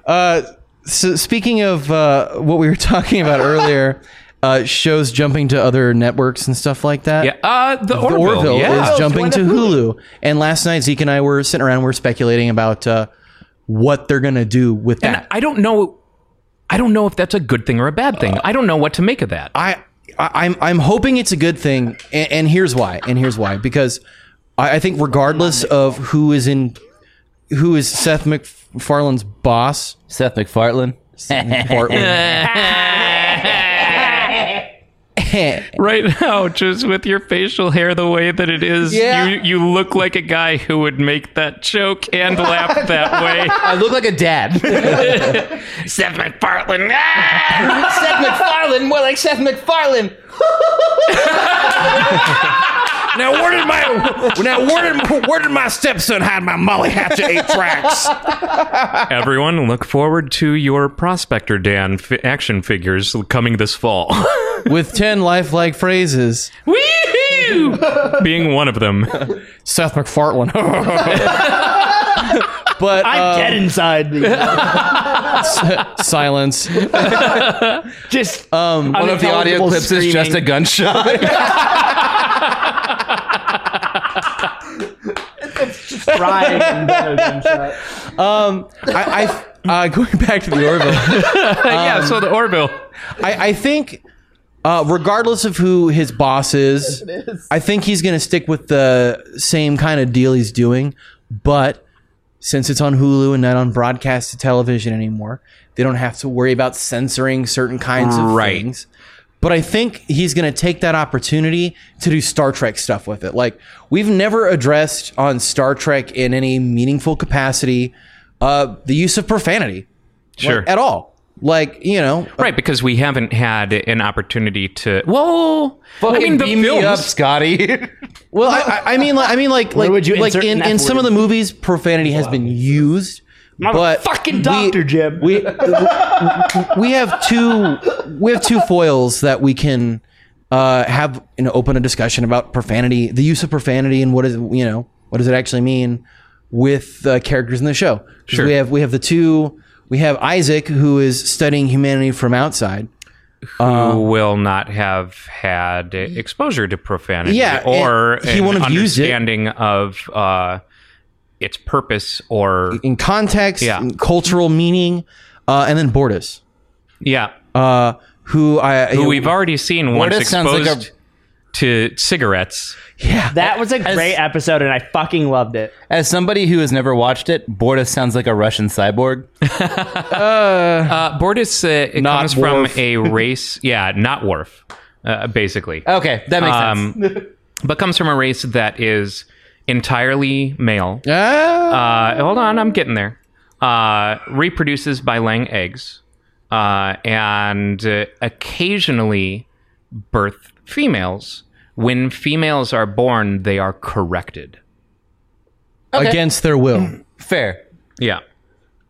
uh, so speaking of uh, what we were talking about earlier, uh, shows jumping to other networks and stuff like that.
Yeah. Uh, the,
the
Orville.
Orville,
yeah.
is jumping to Hulu. And last night, Zeke and I were sitting around, we are speculating about uh, what they're gonna do with
and
that.
I don't know. I don't know if that's a good thing or a bad thing. I don't know what to make of that.
I, I I'm I'm hoping it's a good thing, and, and here's why, and here's why, because I, I think regardless of who is in, who is Seth MacFarlane's boss,
Seth MacFarlane.
Bartlett,
right now, just with your facial hair the way that it is,
Yeah.
you you look like a guy who would make that joke and laugh that way.
I look like a dad.
Seth MacFarlane.
Seth MacFarlane, more like Seth MacFarlane.
Now where did my now where did where did my stepson hide my Molly Hatchet eight tracks? Everyone, look forward to your Prospector Dan fi- action figures coming this fall.
with ten lifelike phrases.
Woohoo! Being one of them.
Seth MacFarlane. but
I'm
uh,
dead inside.
silence.
Just um,
One of the audio clips is just a gunshot.
Um, I, I uh, going back to the Orville.
yeah, so the Orville.
I, I think, uh, regardless of who his boss is, I think he's going to stick with the same kind of deal he's doing. But since it's on Hulu and not on broadcast to television anymore, they don't have to worry about censoring certain kinds of
Right.
things. But I think he's going to take that opportunity to do Star Trek stuff with it. Like, we've never addressed on Star Trek in any meaningful capacity uh, the use of profanity
Sure.
at all. Like, you know,
Right, because we haven't had an opportunity to. Well, I mean, the
beam me up,
films.
Scotty.
Well, I, I- I mean, like, I mean, like, like,
would you
like
insert
in,
an
in some of
F-word?
the movies, profanity has been used, but
fucking doctor, Jim.
we we have two we have two foils that we can uh, have you know open a discussion about profanity, the use of profanity, and what is you know what does it actually mean with uh, characters in the show. 'Cause
Sure.
We have we have the two. We have Isaac, who is studying humanity from outside. Uh.
who will not have had exposure to profanity
Yeah,
or
and he
an
won't have used it.
understanding of uh, its purpose or
in context,
Yeah.
in cultural meaning, uh, and then Bortus,
yeah
uh, who I
who we've already seen once
Mortis sounds like
exposed
a-
to cigarettes
That was a great episode, and I fucking loved it.
As somebody who has never watched it, Borda sounds like a Russian cyborg.
uh, Bortis uh, it
Not
comes
Worf.
from a race yeah not Worf uh, basically Um,
Okay, that makes sense.
but comes from a race that is entirely
Oh.
male
Ah.
Uh, hold on, I'm getting there. Uh, reproduces by laying eggs, uh, and uh, occasionally birth females. When females are born, they are corrected.
against their will.
Fair.
Yeah.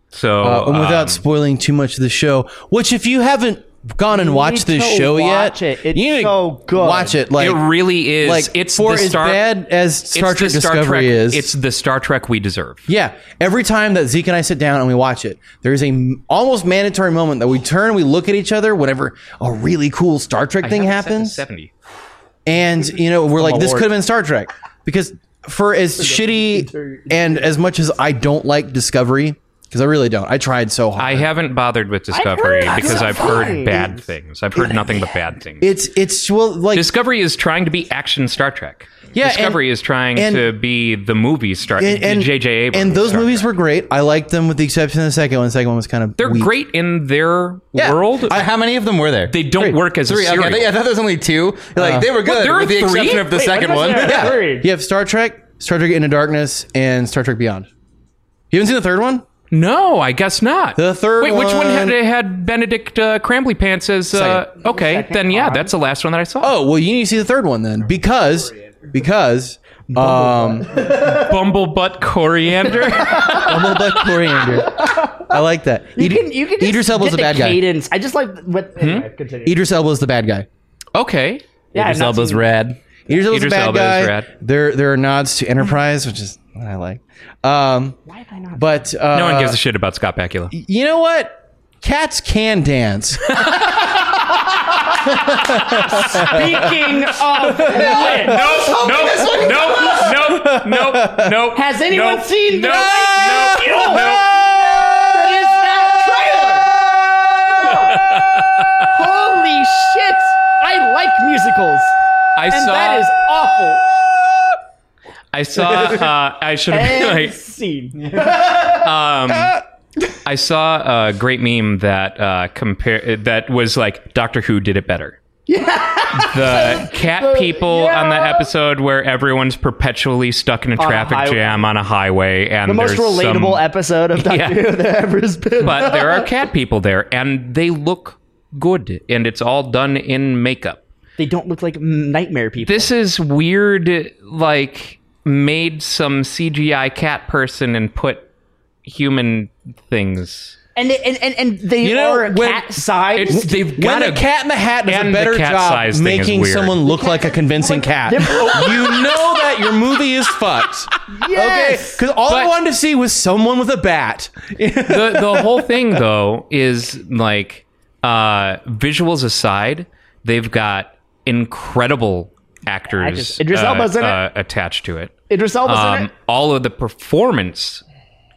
So
Uh, and without
Mm. um,
spoiling too much of the show, which if you haven't gone and
You
watched
need
this
to
show
watch
yet,
it. It's
you need to
so good.
Watch it. Like
it really is.
like
it's
for
the
as
Star,
bad as Star
it's
Trek
the Star
Discovery
Trek-
is.
It's the Star Trek we deserve.
yeah, every time that Zeke and I sit down and we watch it, there's a m- almost mandatory moment that we turn and we look at each other whenever a really cool Star Trek thing happens,
Seventy.
and you know we're like, this could have been Star Trek because for as shitty and as much as I don't like Discovery because I really don't, I tried so hard.
I haven't bothered with Discovery
heard
because
so
I've heard
fine.
bad things. I've heard nothing but bad things.
it's it's well like
Discovery is trying to be action Star Trek.
Yeah, and-
Discovery is trying
and-
to be the movie Star
and
J.J. Abrams.
and those
Star
movies
Trek.
were great. I liked them with the exception of the second one. The second one was kind of
they're
weak.
great in their
Yeah.
world.
Uh, how many of them were there?
they don't work as
three. Uh,
a serial.
Okay, I, think- I thought there was only two. Like they were good,
there are
with the
three?
exception of the second one.
Yeah. You have Star Trek, Star Trek Into Darkness, and Star Trek Beyond. You haven't seen the third one?
No, I guess not.
The third
Wait, which one had,
one-
had Benedict uh, Crambly Pants as? Uh,
Second.
okay, then yeah, that's the last one that I saw.
Oh well, you need to see the third one then, because because um,
Bumblebutt Coriander.
Bumblebutt Coriander. I like that.
You can you can just
Idris Elba's
get
the bad guy.
cadence. I just like what anyway, continue.
Idris Elba's the bad guy.
okay,
yeah, I've
Idris
not
Elba's
seen-
rad.
Idris Elba's the
Idris
bad
Elba
guy.
is rad.
There there are nods to Enterprise, which is what I like. Um,
Why have I not?
but uh,
no one gives a shit about Scott Bakula.
you know what? Cats can dance.
Speaking of which,
Nope, nope, nope, nope, nope, nope.
Has anyone
nope,
seen the
nope,
right
nope, nope.
that is that trailer? Holy shit! I like musicals,
I
and
saw.
that is awful.
I saw. Uh, I should have.
And
Like,
scene.
I saw a great meme that uh, compare that was like Doctor Who did it better. Yeah. the cat people on the episode where everyone's perpetually stuck in a traffic
highway.
jam on a highway and
The most
there's some-
relatable episode of Doctor
Yeah.
Who there ever has been.
but there are cat people there and they look good and it's all done in makeup.
they don't look like nightmare people.
This is weird like made some CGI cat person and put human things
and, and and and they
You know,
are
when-
cat sized.
it's, they've
When
got
the cat in the hat does a
and
better
the cat
job
size thing is
making
weird.
someone look like a convincing cat, you know that your movie is fucked.
Yes.
Because all I
But-
wanted to see was someone with a bat.
the the whole thing though is like uh visuals aside, they've got incredible actors
Actors. Idris
uh,
Elba's in it.
uh, attached to it.
Idris Elba's in
Um,
it.
all of the performance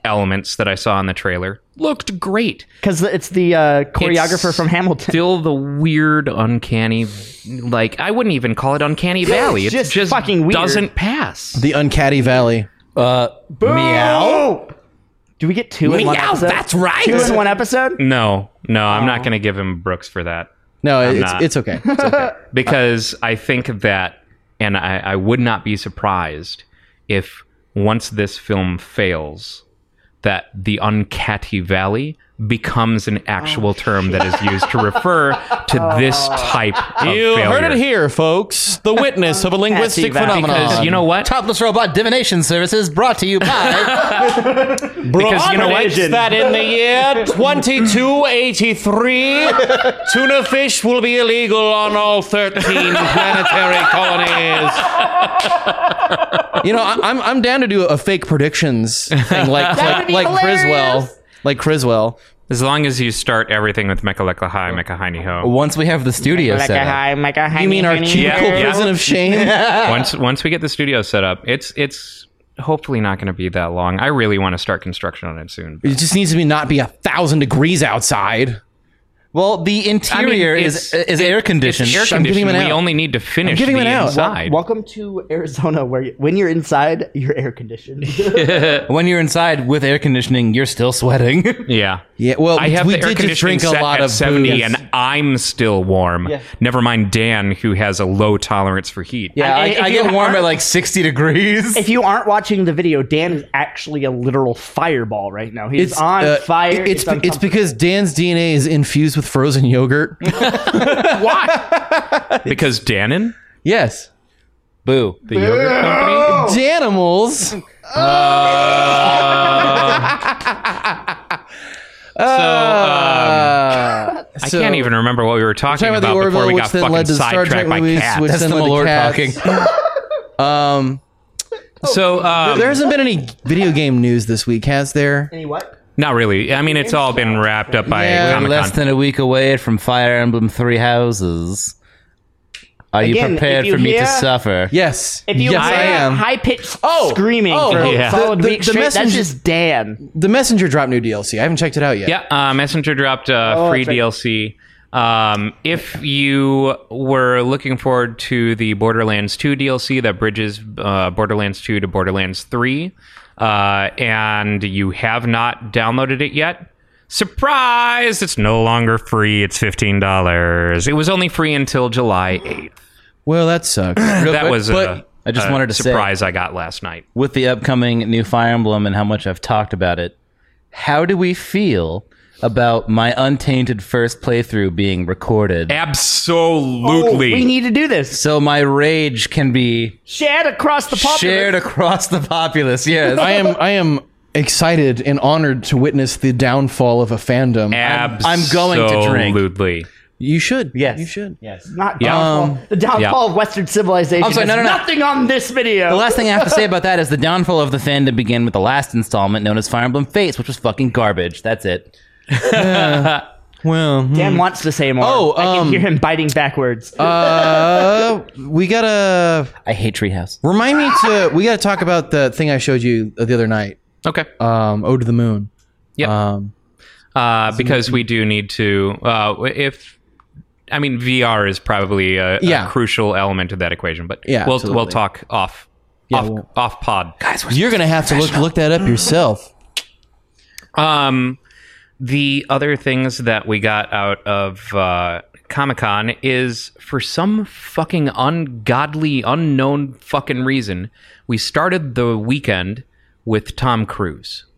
elements that I saw in the trailer looked great.
Because it's the uh, choreographer
It's
from Hamilton.
Still the weird, uncanny, like I wouldn't even call it uncanny valley. It
just
just,
fucking weird.
doesn't pass.
The Uncatty Valley.
Uh, meow.
Do we get two in one
Meow,
episode?
that's right.
Two in one episode?
no, no, I'm
Oh.
not going to give him Brooks for that.
No, it's,
not.
it's okay. It's okay.
because I think that, and I, I would not be surprised if once this film fails, that the uncatty valley becomes an actual
Oh.
term that is used to refer to this type of
you
failure.
heard it here, folks. The witness of a linguistic
Valley.
phenomenon.
Because you know what?
Topless robot divination services brought to you by.
Because you know what?
It's that in the year 2283, tuna fish will be illegal on all 13 planetary colonies. You know, I, I'm I'm down to do a fake predictions thing, like like,
be
like Criswell,
hilarious.
like Criswell.
As long as you start everything with Mechaleka Hi, Mecha Hiney Ho.
Once we have the studio set
uh,
up.
Micah, hi,
You mean our
Minnie.
cubicle
Yeah.
prison of shame?
Once once we get the studio set up, it's it's hopefully not going to be that long. I really want to start construction on it soon.
It just needs to be not be a thousand degrees outside.
Well, the interior is
it's-
is air conditioned.
It's air
I'm giving
conditioned.
him an
We
out.
only need to finish
giving
the
him an out.
inside.
Welcome to Arizona, where you, when you're inside, you're air conditioned.
when you're inside with air conditioning, you're still sweating.
Yeah.
Yeah, well,
I have
we
the air
did just
conditioning
drink a
set
lot
at
of
70
booze.
and I'm still warm. Never mind Dan who has a low tolerance for heat.
yeah,
if
I, I
you
get warm
are-
at like 60 degrees.
if you aren't watching the video, Dan is actually a literal fireball right now. He's on
uh,
fire.
it- It's
He's
it's
uncomfortable.
because Dan's DNA is infused with frozen yogurt.
Because Dannon?
yes,
Boo.
The yogurt company?
Danimals. Uh,
So um, I
So-
can't even remember what we were talking,
talking about the
about, before
Orville,
we
which
got
then
fucking
led to the Star Trek
sidetracked by
movies,
cats.
which
That's
then
the
led to
Malort
cats. um,
so um,
there hasn't been any video game news this week, has there?
Any what?
not really. I mean, it's all been wrapped up by
Yeah,
Comic
Less
Con.
than a week away from Fire Emblem Three Houses. Are you
Again,
prepared
if you
for me
hear-
to suffer?
Yes.
If you
yes, I am.
high pitched
Oh,
screaming
oh,
for
yeah.
a solid
The- the-
week
the
straight, that's
message-
just Dan.
the Messenger dropped new DLC. I haven't checked it out yet.
Yeah, uh, Messenger dropped uh,
Oh,
free
that's
DLC.
right.
Um, if you were looking forward to the Borderlands 2 DLC that bridges uh, Borderlands 2 to Borderlands 3, uh, and you have not downloaded it yet, surprise! It's no longer free. It's $15. It was only free until July 8th.
Well, that sucks.
that
quick,
was a,
I just
a
wanted to say-
surprise I got last night.
With the upcoming new Fire Emblem and how much I've talked about it, how do we feel about my untainted first playthrough being recorded?
Absolutely.
Oh,
Oh,
We need to do this.
so my rage can be
Shared across the populace.
shared across the populace. Yes.
I am. I am excited and honored to witness the downfall of a fandom.
Absolutely.
I'm going to drink.
Absolutely.
you should.
Yes.
You should.
Not downfall.
Um,
the downfall
yeah.
of Western civilization.
I'm sorry,
has
no, no, no.
Nothing on this
The
video.
last thing I have to say about that is the downfall of the fandom began with the last installment known as Fire Emblem Fates, which was fucking garbage. That's it.
Well. hmm.
Dan wants to say more.
Oh,
I
um,
can hear him biting backwards.
Uh, we gotta
I hate Treehouse.
remind me to. We gotta talk about the thing I showed you the other night.
Okay.
Um, Ode to the Moon.
Yep.
Um,
uh, because we do need to uh, if I mean VR is probably a, a
Yeah.
crucial element of that equation, but
Yeah,
we'll
absolutely.
we'll talk off off,
we'll-
off pod.
You're gonna have to look look that up yourself.
Um, the other things that we got out of uh, Comic Con is for some fucking ungodly, unknown fucking reason, we started the weekend with Tom Cruise.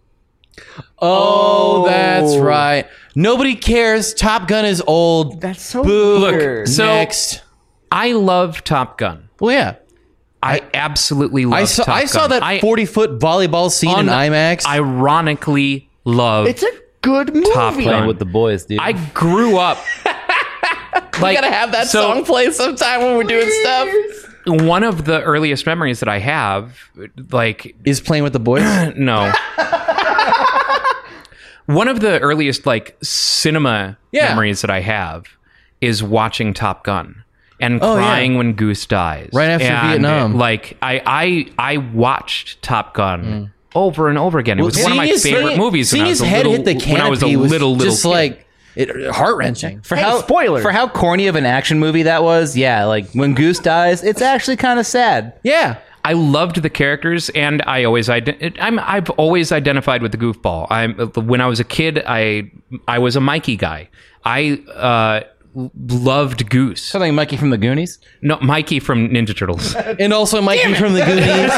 Oh, that's right. Nobody cares. Top Gun is old.
That's so
Boo.
weird.
so-
Next.
I love Top Gun.
Well, yeah.
I, absolutely love
I saw
Top
I saw
Gun.
that
I
40 foot volleyball scene in
Un-
IMAX.
ironically love
it's a good movie.
Top
Playing
Gun.
with the boys, dude.
I grew up. like, gotta have that song
play sometime when we're doing stuff.
One of the earliest memories that I have, like,
Is playing with the boys.
no. one of the earliest, like, cinema
Yeah.
memories that I have is watching Top Gun and
Oh, yeah.
crying when Goose dies.
Right after
And,
Vietnam.
Like, I, I, I watched Top Gun. Over and over again. It was one of
Mm. Seeing
my
his-
favorite
seeing-
movies. when
Seeing
I was
his
a
head
little,
hit the canopy
when I was a little,
was
little
just
kid.
like it, heart wrenching.
for
Hey,
how
spoilers.
for how corny of an action movie that was, yeah, like when Goose dies, it's actually kind of sad.
Yeah.
I loved the characters, and I always ident- I'm I've always identified with the goofball. I'm when I was a kid, I I was a Mikey guy. I uh, l- loved Goose.
Something Mikey from the Goonies.
No, Mikey from Ninja Turtles.
And also Mikey from the Goonies.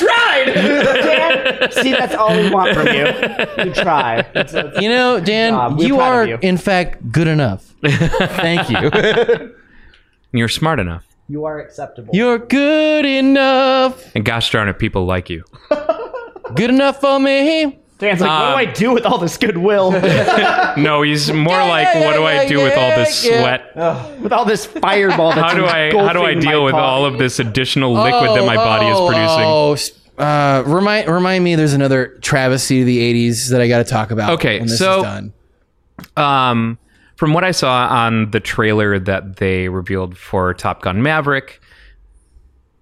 Dan, see, that's all we want from you. You try. It's- uh, it's-
you know, Dan,
job. We're
you
proud
are
of you.
in fact good enough.
Thank you.
You're smart enough,
you are acceptable.
You're good enough.
and gosh darn it, people like you.
Good enough for me.
Dan's like, what do
Um,
I do with all this goodwill? with
No, he's more like, what do I do with all this sweat?
all this fireball that's
How do I how do I deal with all of this additional liquid that my body is producing?
Oh, s- uh, remind remind me. There's another travesty of the '80s that I got to talk about.
Okay,
when this
so-
is done.
um, from what I saw on the trailer that they revealed for Top Gun Maverick,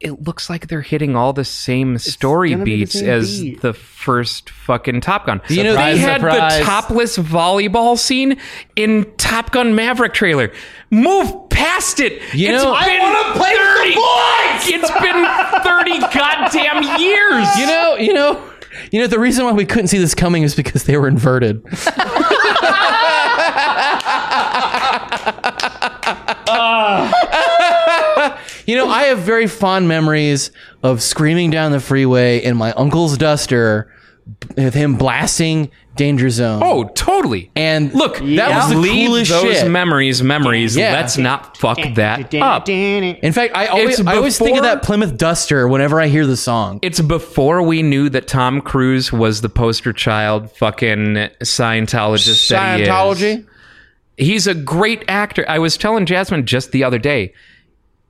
it looks like they're hitting all the same story
gonna be the
beats
same
as
beat.
the first fucking Top Gun.
you know-
they
Surprise,
had the
surprise.
topless volleyball scene in Top Gun Maverick trailer. Move past it.
You know- I
want to play 30, It's been thirty goddamn years.
You know, you know, you know. The reason why we couldn't see this coming is because they were inverted. you know, I have very fond memories of screaming down the freeway in my uncle's duster, b- with him blasting Danger Zone.
Oh, totally.
And
Look, that
Yeah.
was the
Leave
coolest
those
shit. memories, memories.
Yeah.
Let's not fuck that up.
In fact, I always
It's
I always think of
before-
that Plymouth Duster whenever I hear the song.
It's before we knew that Tom Cruise was the poster child fucking Scientologist. that he is. He's a great actor. I was telling Jasmine just the other day,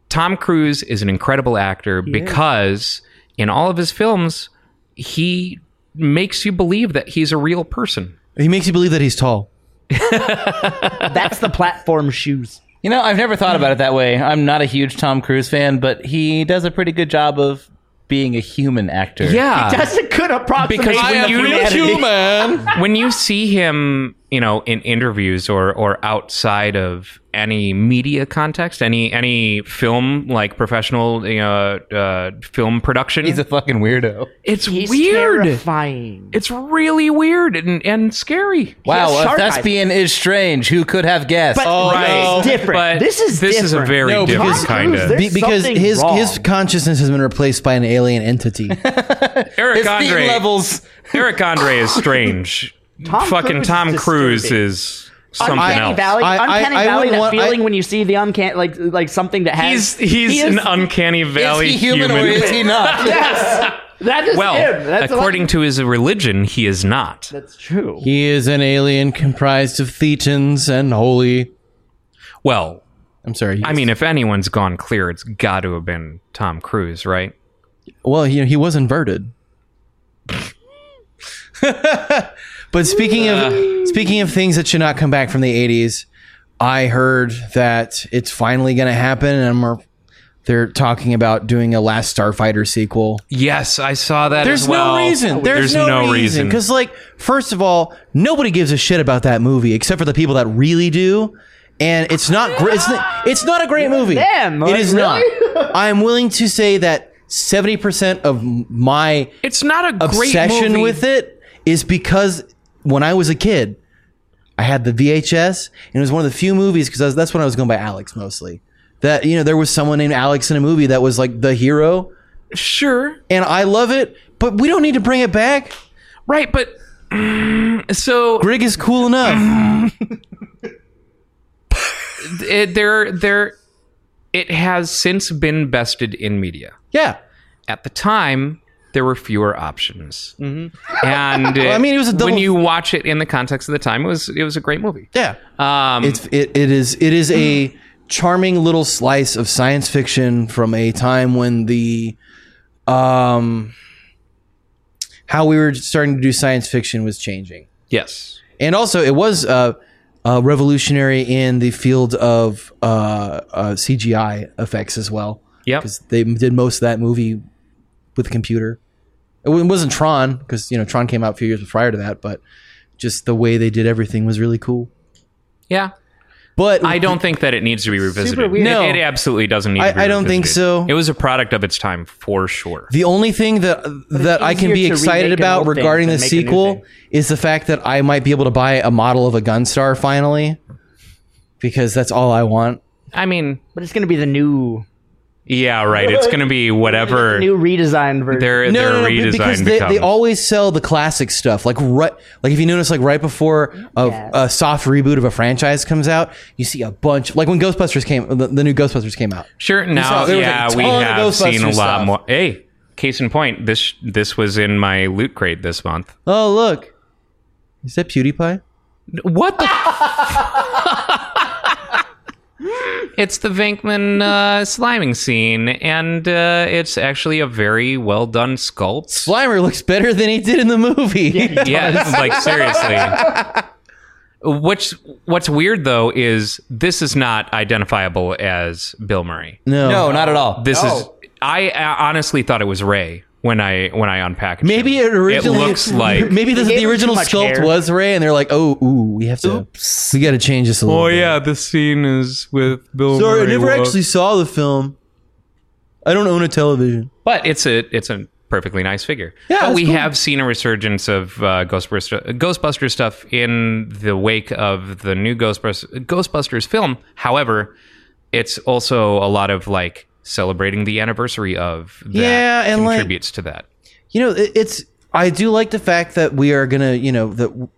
Tom Cruise is an incredible actor because in all of his films, he makes you believe that he's a real person.
He makes you believe that he's tall.
Uh, That's the platform shoes.
You know, I've never thought about it that way. I'm not a huge Tom Cruise fan, but he does a pretty good job of being a human actor.
Yeah.
That's a good approximation.
Uh, Because
of
when you-
humanity.
Human.
when you see him, you know, in interviews or or outside of any media context, any any film like professional, you know, uh, film production,
He's a fucking weirdo.
it's
He's
weird.
terrifying.
It's really weird and and scary.
Wow,
shark
a
eyes.
thespian is strange. Who could have guessed?
But
no.
it's different.
Oh, But
this is
this
different.
is a very
No,
different
because-
kind
Tom
of.
Cruise,
Be- because
something
his
wrong.
his consciousness has been replaced by an alien entity.
Eric
His
Andre
theme levels.
Eric Andre is strange.
Tom
Fucking
Cruise
Tom
is
Cruise
disturbing.
is something
uncanny
else.
valley.
I- I-
uncanny
I
valley.
wouldn't
That
want-
feeling
I-
when you see the uncanny, like like something that
He's
has.
he's
he is-
an uncanny
Is
valley
he human, or is he not?
yes, that is
well,
him. That's
according
what,
to his religion, he is not.
that's true.
he is an alien comprised of thetans and holy.
Well,
I'm sorry. he
I
is-
mean, if anyone's gone clear, it's got to have been Tom Cruise, right?
well, you know, he was inverted. but speaking of speaking of things that should not come back from the 80s, I heard that it's finally going to happen, and we're, they're talking about doing a Last Starfighter sequel.
Yes, I saw that.
There's
as well.
no reason. There's, no, reason. Because, like, first of all, nobody gives a shit about that movie except for the people that really do. And it's not great. It's, not- it's not a great movie.
them,
it is
like,
not. I'm willing to say that 70% of my
it's not a great
obsession
movie.
with it is because when I was a kid, I had the VHS, and it was one of the few movies because that's when I was going by Alex mostly. That you know, there was someone named Alex in a movie that was like the hero,
Sure,
and I love it. But we don't need to bring it back.
right, but mm, so
Grig is cool
Mm.
enough.
it, there, there, it has since been bested in media.
yeah.
At the time, there were fewer options, and
Mm-hmm. I mean, it was a double-
when you watch it in the context of the time, it was it was a great movie.
Yeah.
Um, Hmm.
It's it, it is it is a charming little slice of science fiction from a time when the um how we were starting to do science fiction was changing.
yes,
And also it was uh, uh revolutionary in the field of uh, uh CGI effects as well.
Yep.
Cuz they did most of that movie with a computer. It wa- it wasn't Tron cuz you know Tron came out a few years prior to that, but just the way they did everything was really cool.
yeah.
But
I don't think that it needs to be revisited.
weird.
No.
It, it absolutely doesn't need.
I-
to be
I don't think
revisited.
so.
It was a product of its time for sure.
The only thing that that I can
easier
be
to
excited
remake an
about
old thing
regarding
than
the
make a new
sequel
thing.
is the fact that I might be able to buy a model of a Gunstar finally, because that's all I want.
I mean,
But it's gonna be the new
yeah, right. It's going to be whatever
new redesigned version.
their
No,
their
no, no, be-
redesign
because they,
becomes.
they always sell the classic stuff. Like right, like if you notice, like right before a,
Yes.
a soft reboot of a franchise comes out, you see a bunch. Like when Ghostbusters came, the, the new Ghostbusters came out.
sure now,
saw- there was a
yeah, we
ton of
have seen a lot
Ghostbusters stuff.
more. Hey, case in point, this this was in my loot crate this month.
Oh look, is that PewDiePie?
What the? it's the Venkman uh, sliming scene, and uh, it's actually a very well done sculpt.
Slimer looks better than he did in the movie.
Yeah, like seriously. What's What's weird though is this is not identifiable as Bill Murray.
No, not at all.
This
Oh.
is I, I honestly thought it was Ray when I when I unpackaged.
Maybe it originally
looks like-
maybe this,
They gave
the
him
original
too much
sculpt
hair.
was Ray, and they're like, oh, ooh, we have to, we got to change this a little.
Oh
bit.
yeah, this scene is with Bill
Sorry, I
Murray.
never
Well,
actually saw the film. I don't own a television.
but it's a it's a perfectly nice figure.
Yeah,
but
that's
we
cool.
have seen a resurgence of uh, Ghostbuster Ghostbuster stuff in the wake of the new Ghostbusters Ghostbusters film. However, it's also a lot of like celebrating the anniversary of that
Yeah, and, like-
contributes to that.
You know, it, it's I do like the fact that we are gonna, you know, that w-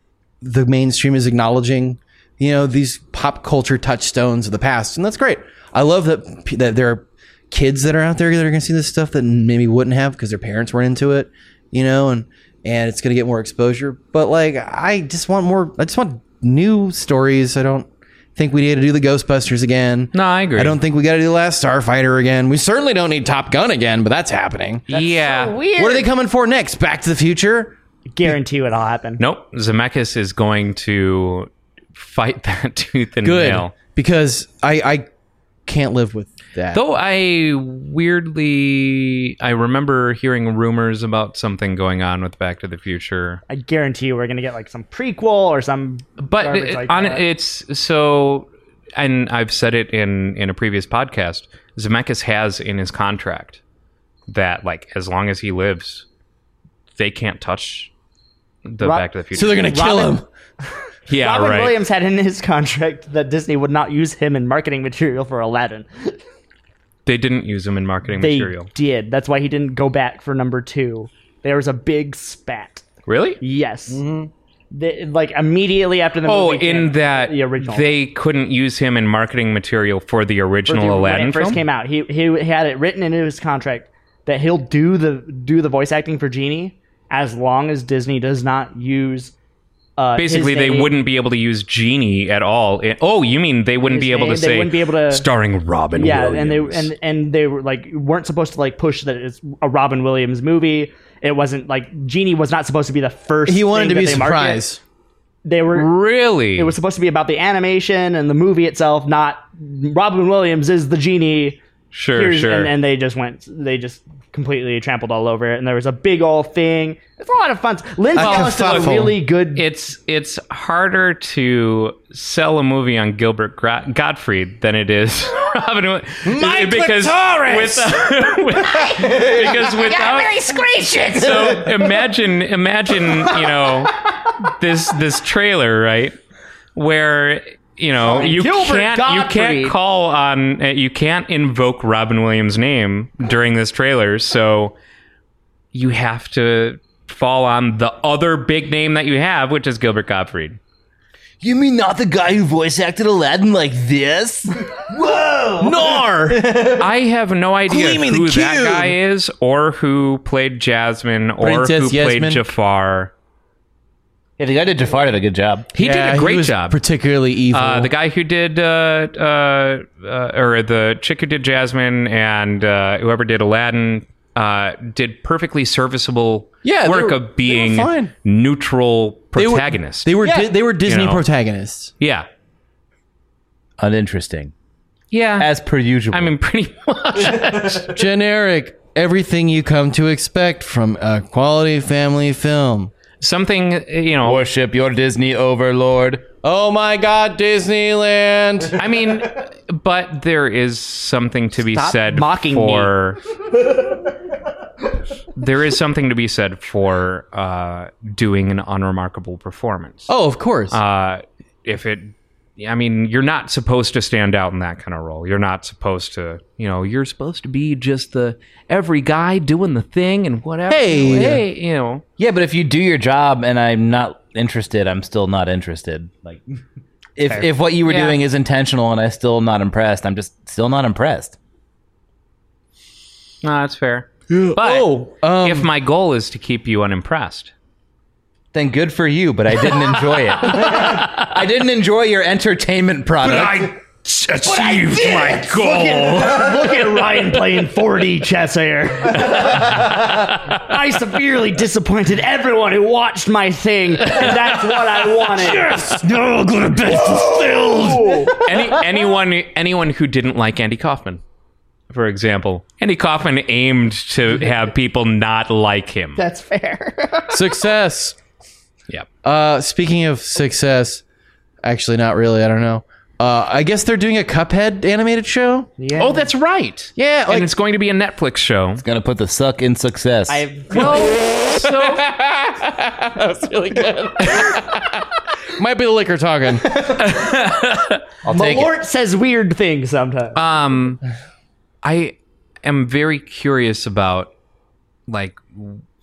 the mainstream is acknowledging, you know, these pop culture touchstones of the past, and that's great. I love that p- that there are kids that are out there that are gonna see this stuff that maybe wouldn't have because their parents weren't into it, you know, and and it's gonna get more exposure. But like, I just want more. I just want new stories. I don't. think we need to do the Ghostbusters again.
No, I agree.
I don't think we got to do the last Starfighter again. We certainly don't need Top Gun again, but that's happening.
yeah.
What are they coming for next? Back to the Future?
Guarantee you it'll happen.
Nope. Zemeckis is going to fight that tooth and
Good,
nail.
because I I can't live with that.
Though I weirdly I remember hearing rumors about something going on with Back to the Future.
I guarantee you we're gonna get like some prequel or some.
But
garbage
it-
like
on
that.
it's so and I've said it in in a previous podcast, Zemeckis has in his contract that like as long as he lives, they can't touch the
Rob-
Back to the Future.
so they're gonna kill
Robin-
him.
yeah,
Robin
right.
Williams had in his contract that Disney would not use him in marketing material for Aladdin.
They didn't use him in marketing
They
material.
did. That's why he didn't go back for number two. There was a big spat.
Really?
Yes. They- like immediately after the
Mm-hmm. Oh,
movie
in
came-
that
the original
they couldn't use him in marketing material for the
Or
original
the-
Aladdin
when it first
film?
came out. He he had it written into his contract that he'll do the do the voice acting for Genie as long as Disney does not use. Uh, his
Basically, they
name.
wouldn't be able to use Genie at all. in- oh, you mean they wouldn't
His
be able
name,
to
they
say
wouldn't be able to-
starring Robin
Yeah,
Williams?
and they and and they were like weren't supposed to like push that it's a Robin Williams movie. It wasn't like Genie was not supposed to be the first.
He wanted
thing
to
that
be
they marketed.
surprised.
They were
really
it was supposed to be about the animation and the movie itself, not Robin Williams is the genie.
sure,
Here's-
sure.
And, and they just went, they just completely trampled all over it. And there was a big old thing. It's a lot of fun. Lynn
A
Wallace did a
kerfuffle.
really good.
it's it's harder to sell a movie on Gilbert Gra- Gottfried than it is Robin Williams because with- with- because without so imagine imagine you know this this trailer right where you know you
Gilbert
can't you
Gottfried.
can't call on uh, you can't invoke Robin Williams' name during this trailer so you have to fall on the other big name that you have which is Gilbert Gottfried
You mean not the guy who voice acted Aladdin like this?
Nor
I have no idea
Gleaming the
who that
cube.
guy is or who played Jasmine or
Princess
who played
Yasmin.
Jafar
Yeah, the guy did Jafar did a good job.
he did a great job
particularly evil.
Uh, the guy who did, uh, uh, uh, or the chick who did Jasmine and uh, whoever did Aladdin uh, did perfectly serviceable
Yeah, they
work
were-
of being
fine.
neutral
They were-
protagonists.
They were Di- they were Disney
know.
protagonists.
yeah.
Uninteresting.
Yeah.
As per usual.
I mean, pretty much.
Generic. Everything you come to expect from a quality family film.
Something, you know.
worship your Disney overlord.
Oh my God, Disneyland!
I mean, but there is something to be
Stop
said
mocking me.
for. there is something to be said for uh, doing an unremarkable performance.
oh, of course.
uh, if it i mean you're not supposed to stand out in that kind of role you're not supposed to you know you're supposed to be just the every guy doing the thing and whatever
Hey.
hey you know
Yeah, but if you do your job and I'm not interested, I'm still not interested. Like if if what you were
Yeah.
doing is intentional and I'm still not impressed, I'm just still not impressed.
no that's fair but
oh, um,
if my goal is to keep you unimpressed
Then good for you, but I didn't enjoy it. I didn't enjoy your entertainment product.
Achieved my goal. Look at, look at Ryan playing 4D chess here.
I severely disappointed everyone who watched my thing. That's what I wanted.
No, I'm gonna bed fulfilled.
Any, anyone anyone who didn't like andy kaufman for example andy kaufman aimed to have people not like him
That's fair.
success.
Yep.
Uh, speaking of success, actually, not really. I don't know. Uh, I guess they're doing a Cuphead animated show.
Yeah.
oh that's right
Yeah,
and
like
it's going to be a netflix show
Gonna put the suck in success.
so
might be the liquor talking.
I'll take it.
Malort says weird things sometimes.
um i am very curious about like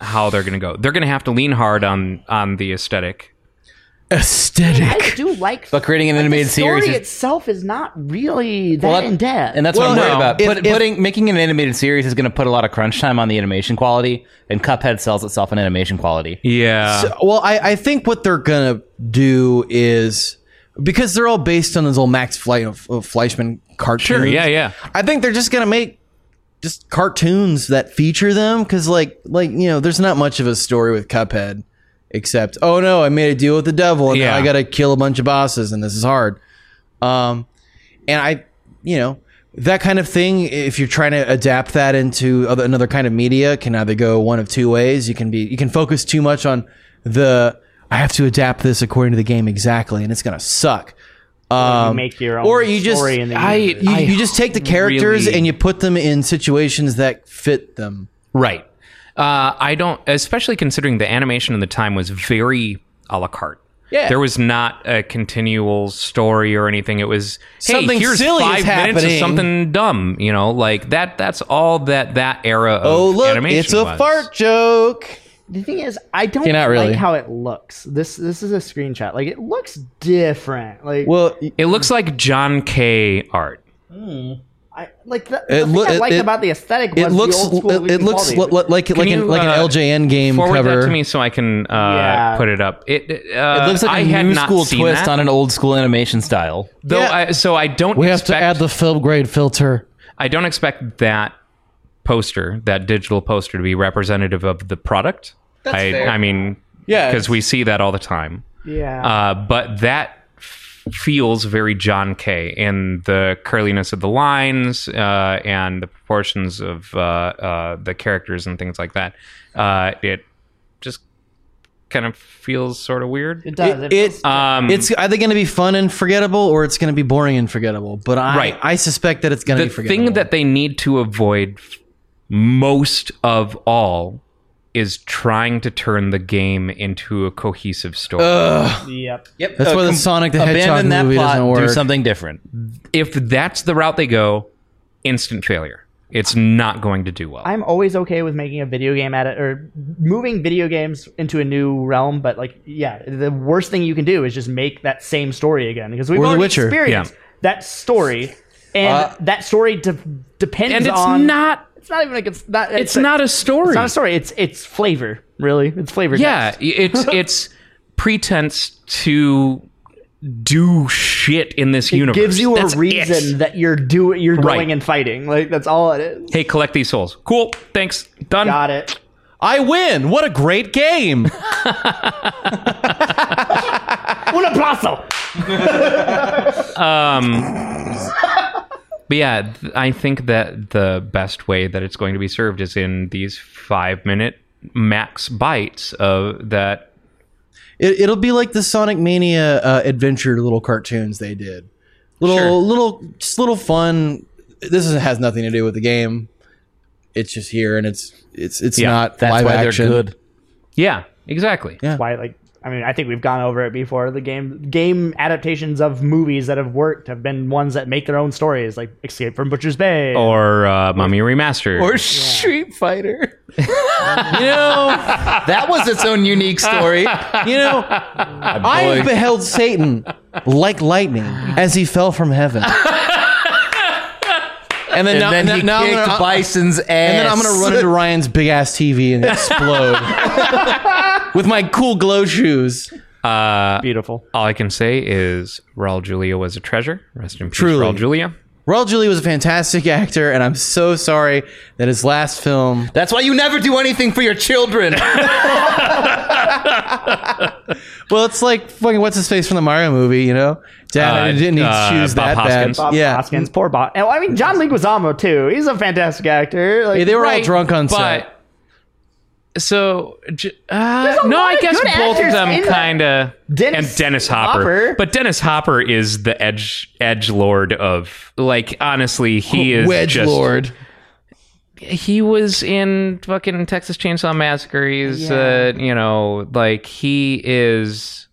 how they're gonna go they're gonna have to lean hard on on the aesthetic
Aesthetic.
I do like
But creating an animated series
story
is
itself is not really that
Well, that-
in depth.
And that's
Well,
what I'm worried
no.
about.
If-
Put,
if-
putting making an animated series is going to put a lot of crunch time on the animation quality, and Cuphead sells itself in animation quality.
yeah
well, I, I think what they're gonna do is because they're all based on those old Max Fle- of, of Fleischman cartoons.
Sure, yeah, yeah.
I think they're just gonna make just cartoons that feature them because, like, like you know, there's not much of a story with Cuphead except, oh no, I made a deal with the devil and now
Yeah.
I gotta kill a bunch of bosses and this is hard. Um, and I, you know, that kind of thing. If you're trying to adapt that into other, another kind of media, can either go one of two ways. You can be you can focus too much on the I have to adapt this according to the game exactly, and it's gonna suck. Um,
make your own
or you just
story and then
I-
you-
you, you just take the characters
really-
and you put them in situations that fit them.
Right. Uh, I don't, especially considering the animation of the time was very a la carte.
Yeah.
There was not a continual story or anything. It was hey,
Something
here's
silly
five
is
minutes of
happening.
something dumb. You know, like that. That's all that that era of
Oh look,
animation
it's a
was.
fart joke.
the thing is, I don't
Yeah, not really.
like how it looks. This this is a screenshot. Like it looks different. Like
Well,
It looks like John K. art.
I like the,
It
the
loo-
thing I
it-
liked
it-
about the aesthetic was
it looks
the old school
it, it
Leaky
looks
Baldy.
li- li- like like
you,
an, like an
uh,
LJN game
Forward
cover.
that to me so I can uh,
Yeah.
put it up. It, uh,
It looks like
I
a
had
new
not
school
seen
twist
that,
on an old school animation style.
Though
Yeah.
I, so I don't.
We have
expect,
to add the film grade filter.
I don't expect that poster, that digital poster, to be representative of the product. I, I mean,
Yeah,
because we see that all the time.
Yeah.
Uh, but that f- feels very John Kay in the curliness of the lines uh, and the proportions of uh, uh, the characters and things like that. Uh, it just kind of feels sort of weird.
it does. It,
it- uh,
feels-
Um,
It's either going to be fun and forgettable, or it's going to be boring and forgettable. But I,
Right.
I suspect that it's going to
the
be forgettable.
thing that they need to avoid f- most of all is trying to turn the game into a cohesive story.
yep.
Yep.
That's why the Sonic the Hedgehog
abandon that
movie
plot.
doesn't work.
Do something different.
if that's the route they go, instant failure. It's not going to do well.
I'm always okay with making a video game at it or moving video games into a new realm, but like, yeah, the worst thing you can do is just make that same story again because we've
Or The
already
Witcher. Uh,
experienced that story, and that story de- depends
and it's
on
not.
It's not even like it's not.
It's not a story.
It's not a story. It's it's flavor. Really, it's flavor.
Yeah,
text.
it's it's pretense to do shit in this
It
universe.
gives you a
That's it.
reason that you're do you're
Right.
going and fighting. Like that's all it is.
Hey, collect these souls. Cool. Thanks. Done.
Got it.
I win! What a great game!
Un aplauso.
But yeah, th- I think that the best way that it's going to be served is in these five minute max bites of that.
it, it'll be like the Sonic Mania uh, adventure little cartoons they did. Little, little, just little fun. This is, has nothing to do with the game. It's just here, and it's it's it's not
That's
live
why
action.
they're good.
Yeah, exactly.
Yeah.
Why like. I mean, I think we've gone over it before. The game game adaptations of movies that have worked have been ones that make their own stories, like Escape from Butcher's Bay.
Or uh, Mummy Remastered.
Or Street Fighter. you know, that was its own unique story.
You know, I beheld Satan like lightning as he fell from heaven. And then,
And
now,
then
now-
he
now I'm
kicked
gonna-
Bison's ass.
And then I'm gonna run into Ryan's big ass TV and explode with my cool glow shoes.
Beautiful.
All I can say is Raul Julia was a treasure. Rest in peace,
Truly.
Raul Julia.
Raul Julie was a fantastic actor, and I'm so sorry that his last film.
That's why you never do anything for your children.
Well, it's like fucking what's his face from the Mario movie, you know? Dad, I
Uh,
didn't need
uh,
shoes
Bob
that
Hoskins.
bad.
Bob
yeah,
Hoskins,
mm.
poor Bob. And, I mean, John Leguizamo too. He's a fantastic actor. Like,
Yeah, they were all
Right,
drunk on set.
But so j- uh, no,
lot
I
of
guess
good
both of
actors
them
in that.
kind of
Dennis
and Dennis Hopper.
Hopper.
but Dennis Hopper is the edge edge lord of like honestly he is
Wedge
just,
Lord.
He was in fucking Texas Chainsaw Massacre. He's uh, you know like he is.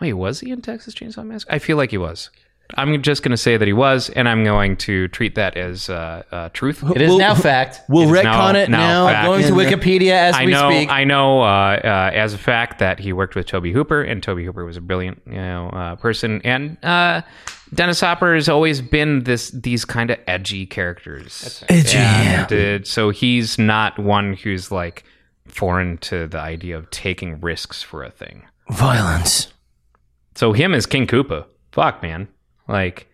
Wait, was he in Texas Chainsaw Massacre? I feel like he was. I'm just going to say that he was, and I'm going to treat that as uh, uh, truth.
it is now fact.
We'll
It is
retcon
now-
it
now
now.
fact.
Going to
And, uh,
Wikipedia as
I
we
know,
speak.
I know uh, uh, as a fact that he worked with Toby Hooper, and Toby Hooper was a brilliant, you know, uh, person. And uh, Dennis Hopper has always been this these kind of edgy characters.
Edgy.
And, uh, so he's not one who's like foreign to the idea of taking risks for a thing.
Violence.
So him is King Koopa. fuck, man. Like,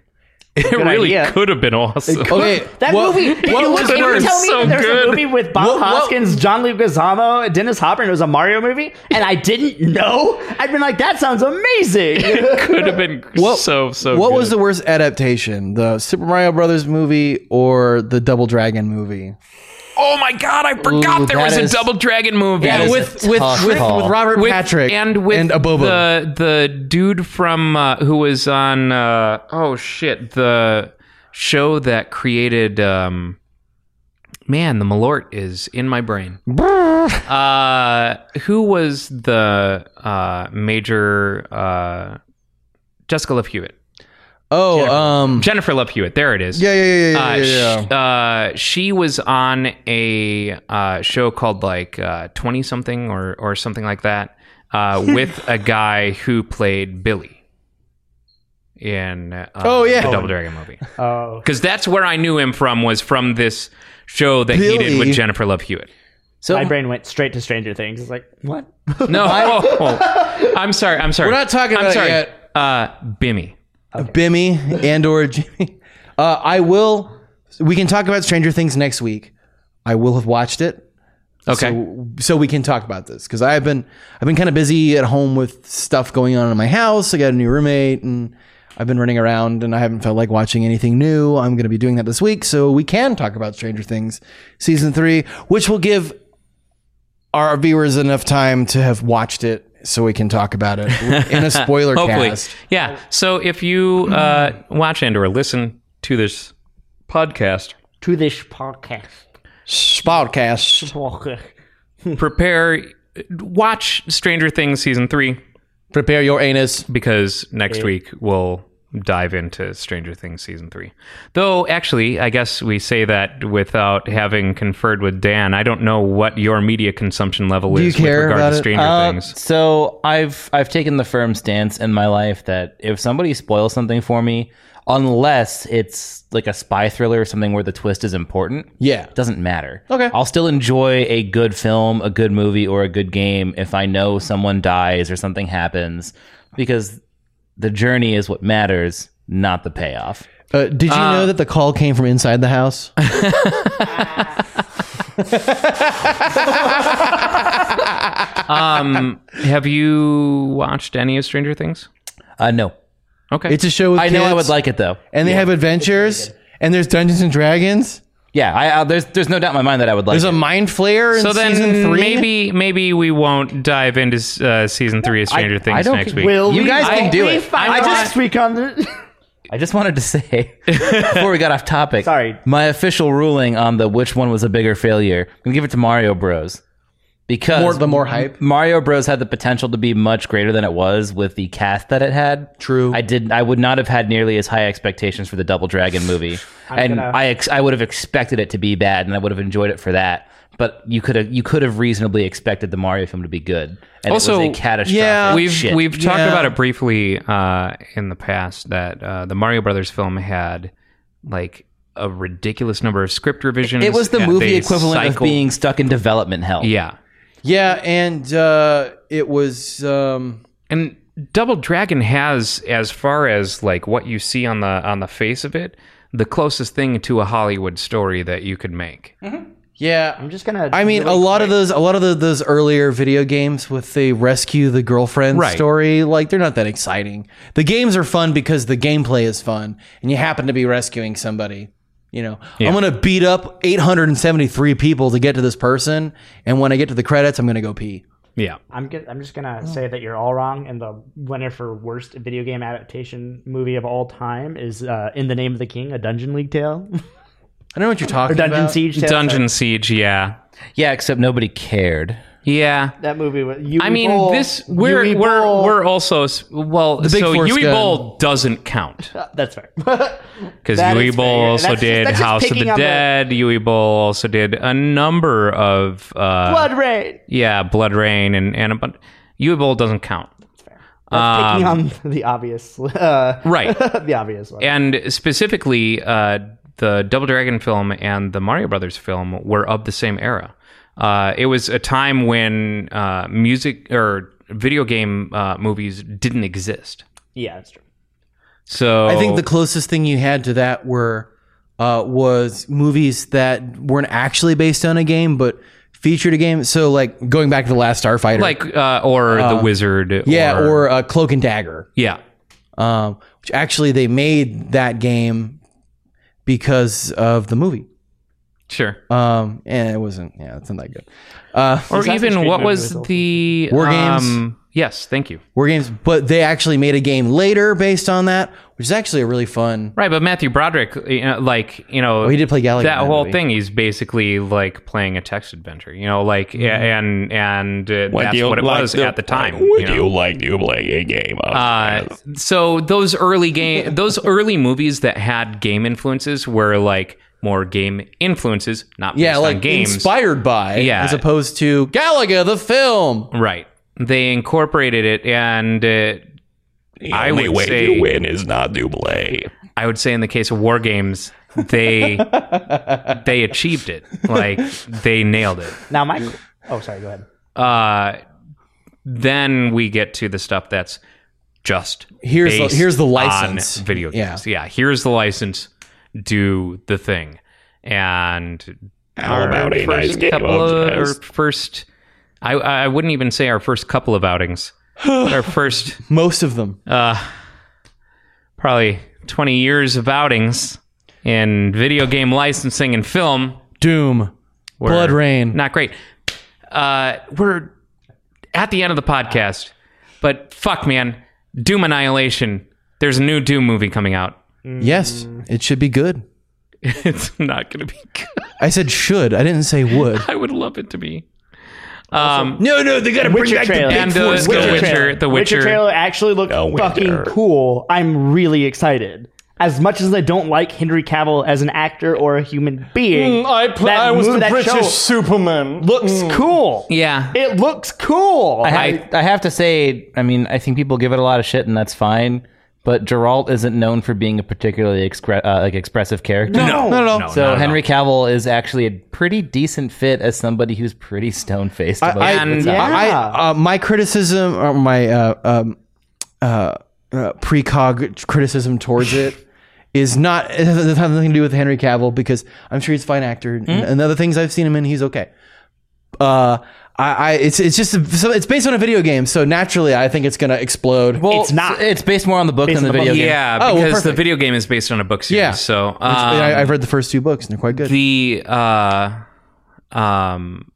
it really
idea.
could have been awesome.
Okay.
That
what-
movie. If
what
you,
was
if you
worse?
tell me
So
that there's
good.
a movie with Bob
What- what-
Hoskins, John Luke Guzamo, and Dennis Hopper, and it was a Mario movie, and I didn't know, I'd been like, that sounds amazing.
could have been so so.
What
good.
was the worst adaptation? The Super Mario Brothers movie or the Double Dragon movie?
Oh my god! I forgot
Ooh,
there
that
was
is-
a Double Dragon movie
that is
with
a
with
tough
with,
call.
with Robert
with-
Patrick
and with
and Abobo.
the the dude from uh, who was on uh, oh shit the show that created um, man the Malort is in my brain. uh, who was the uh, major uh, Jessica Love Hewitt?
oh, um,
Jennifer Love Hewitt. There it is.
yeah, yeah, yeah, yeah,
Uh,
yeah, yeah.
sh- uh, she was on a uh, show called like Twenty Something or or something like that uh, with a guy who played Billy in uh,
Oh, yeah.
the Double Dragon movie
oh,
because that's where I knew him from was from this show that he did
Billy.
with Jennifer Love Hewitt.
So
my brain went straight to Stranger Things. It's like, what?
No, oh, I'm sorry, I'm sorry.
We're not talking
I'm
about it
sorry.
yet.
Uh, Bimmy.
Bimmy and or Jimmy. Uh, I will. We can talk about Stranger Things next week. I will have watched it.
Okay.
So, so we can talk about this because I've been I've been kind of busy at home with stuff going on in my house. I got a new roommate and I've been running around and I haven't felt like watching anything new. I'm going to be doing that this week, so we can talk about Stranger Things season three, which will give our viewers enough time to have watched it so we can talk about it in a spoiler
Hopefully.
cast.
Yeah. So if you uh, watch and or listen to this podcast,
To this podcast.
Podcast.
prepare watch Stranger Things season 3
Prepare your anus.
because next week we'll dive into Stranger Things season 3. Though actually, I guess we say that without having conferred with Dan. I don't know what your media consumption level
you
is
care
with regard
about
to
it?
Stranger
Uh,
Things.
So I've I've taken the firm stance in my life that if somebody spoils something for me, unless it's like a spy thriller or something where the twist is important,
Yeah.
it doesn't matter.
Okay.
I'll still enjoy a good film, a good movie, or a good game if I know someone dies or something happens, because the journey is what matters, not the payoff.
Uh, did you know that the call came from inside the house?
Um, have you watched any of Stranger Things?
Uh, no,
Okay.
It's a show with
I know I
kids,
would like it though.
and they have adventures, and there's Dungeons and Dragons.
Yeah, I, I, there's there's no doubt in my mind that I would like.
There's
it.
a mind flayer in
so then
season three.
maybe maybe we won't dive into uh, season 3 of Stranger Things
I don't
next
think-
week.
Will
You
we-
guys
will
can do
we
it.
find
I
out
just-
last week on the.
I just wanted to say before we got off topic.
Sorry.
My official ruling on the which one was a bigger failure. I'm gonna give it to Mario Bros. Because
More- the more hype?
Mario Bros had the potential to be much greater than it was with the cast that it had.
True.
I did I would not have had nearly as high expectations for the Double Dragon movie. and
gonna-
I ex- I would have expected it to be bad and I would have enjoyed it for that. But you could have you could have reasonably expected the Mario film to be good. And
Also,
it was a catastrophic
yeah,
we've
shit.
we've talked
Yeah.
about it briefly uh, in the past that uh, the Mario Brothers film had like a ridiculous number of script revisions.
it was the
and
movie
they
equivalent of
cycled-
being stuck in development hell.
yeah,
yeah, and uh, it was um,
and Double Dragon has as far as like what you see on the on the face of it, the closest thing to a Hollywood story that you could make.
Mm.
yeah.
I'm just gonna.
I mean, a lot of those, a lot of the, those earlier video games with the rescue the girlfriend
Right.
story, like they're not that exciting. The games are fun because the gameplay is fun, and you happen to be rescuing somebody. You know, I'm gonna beat up 873 people to get to this person, and when I get to the credits, I'm gonna go pee.
Yeah,
I'm, get, I'm just gonna say that you're all wrong, and the winner for worst video game adaptation movie of all time is uh, "In the Name of the King," a Dungeon League tale,
I don't know what you're talking
or Dungeon
about.
Siege tale.
Dungeon Siege. Yeah,
Yeah, except nobody cared.
yeah.
That movie was. Yui
I mean,
Bowl,
this we're
Yui
we're
Bowl.
we're also s- well.
big
so
force
Yui
gun.
Bowl doesn't count.
That's fair.
Because
Uh, That
Yui
is
Bowl
fair.
also
That's just-
did
that's just
House of the
picking on the-
Dead. Yui Bowl also did a number of uh,
Blood Rain.
yeah, Blood Rain and and a bunch. Yui Bowl doesn't count, Um,
That's picking on the obvious. Uh,
right?
the obvious one.
and specifically, uh, the Double Dragon film and the Mario Brothers film were of the same era. Uh, it was a time when uh, music or video game uh, movies didn't exist.
Yeah, that's true.
So
I think the closest thing you had to that were uh, was movies that weren't actually based on a game, but featured a game. So like going back to the Last Starfighter,
like uh, or the wizard.
yeah, or, uh, Cloak and Dagger,
yeah,
um, which actually they made that game because of the movie.
sure.
Um, and it wasn't. Yeah, it's not that good.
or even
Creed
what
movie
was
was
the um,
War Games?
yes, thank you.
War games, but they actually made a game later based on that, which is actually a really fun.
Right, but Matthew Broderick, you know, like you know,
Oh, he did play Galaga. in
that whole
movie.
thing. He's basically like playing a text adventure, you know, like
Mm-hmm.
yeah, and and uh, that's what it was at the time. you know?
like to play a game of?
Uh, so those early game, those early movies that had game influences were like more game influences, not based
Yeah,
on
like
games.
inspired by,
Yeah.
as opposed to Galaga the film.
right? They incorporated it, and uh, I would say
is not to play.
I would say in the case of war games, they they achieved it. Like they nailed it.
Now, my. Oh, sorry. Go ahead.
Uh, then we get to the stuff that's just
Here's the-
based
here's the
on
license.
video
Yeah.
games. Yeah. here's the license. Do the thing, and
How about a
first
nice game
couple
of
of- or
chess?
first. I I wouldn't even say our first couple of outings. our first
Most of them.
probably twenty years of outings in video game licensing and film.
Doom,
were
Blood Rain.
Not great. Uh, we're at the end of the podcast, but fuck, man, Doom Annihilation. There's a new Doom movie coming out.
Yes, it should be good.
It's not gonna be. Good.
I said should. I didn't say would.
I would love it to be. Um,
no, no, they gotta
Witcher trailer.
and uh, the
Witcher
the
trailer.
Witcher, the Witcher,
trailer actually looked fucking cool. I'm really excited. As much as I don't like Henry Cavill as an actor or a human being, I, play, I was the British Superman. Looks cool.
Yeah,
It looks cool.
I, ha- I have to say, I mean, I think people give it a lot of shit, and that's fine. But Geralt isn't known for being a particularly expre- uh, like expressive character.
No, no, no.
So Henry Cavill is actually a pretty decent fit as somebody who's pretty stone faced.
I, I, I, I- uh, my criticism, or my uh, um, uh, uh, precog criticism towards it is not it has it has nothing to do with Henry Cavill because I'm sure he's a fine actor
Hmm?
and, and other things I've seen him in, he's okay. Uh, I, I it's it's just a- so it's based on a video game, so naturally I think it's gonna explode.
well,
it's not.
It's based more on the book
Based
than the
on the
video
book.
game.
yeah,
Oh, well,
because the
perfect.
video game is based on a book series.
Yeah.
so um,
I, I've read the first two books and they're quite good.
the uh um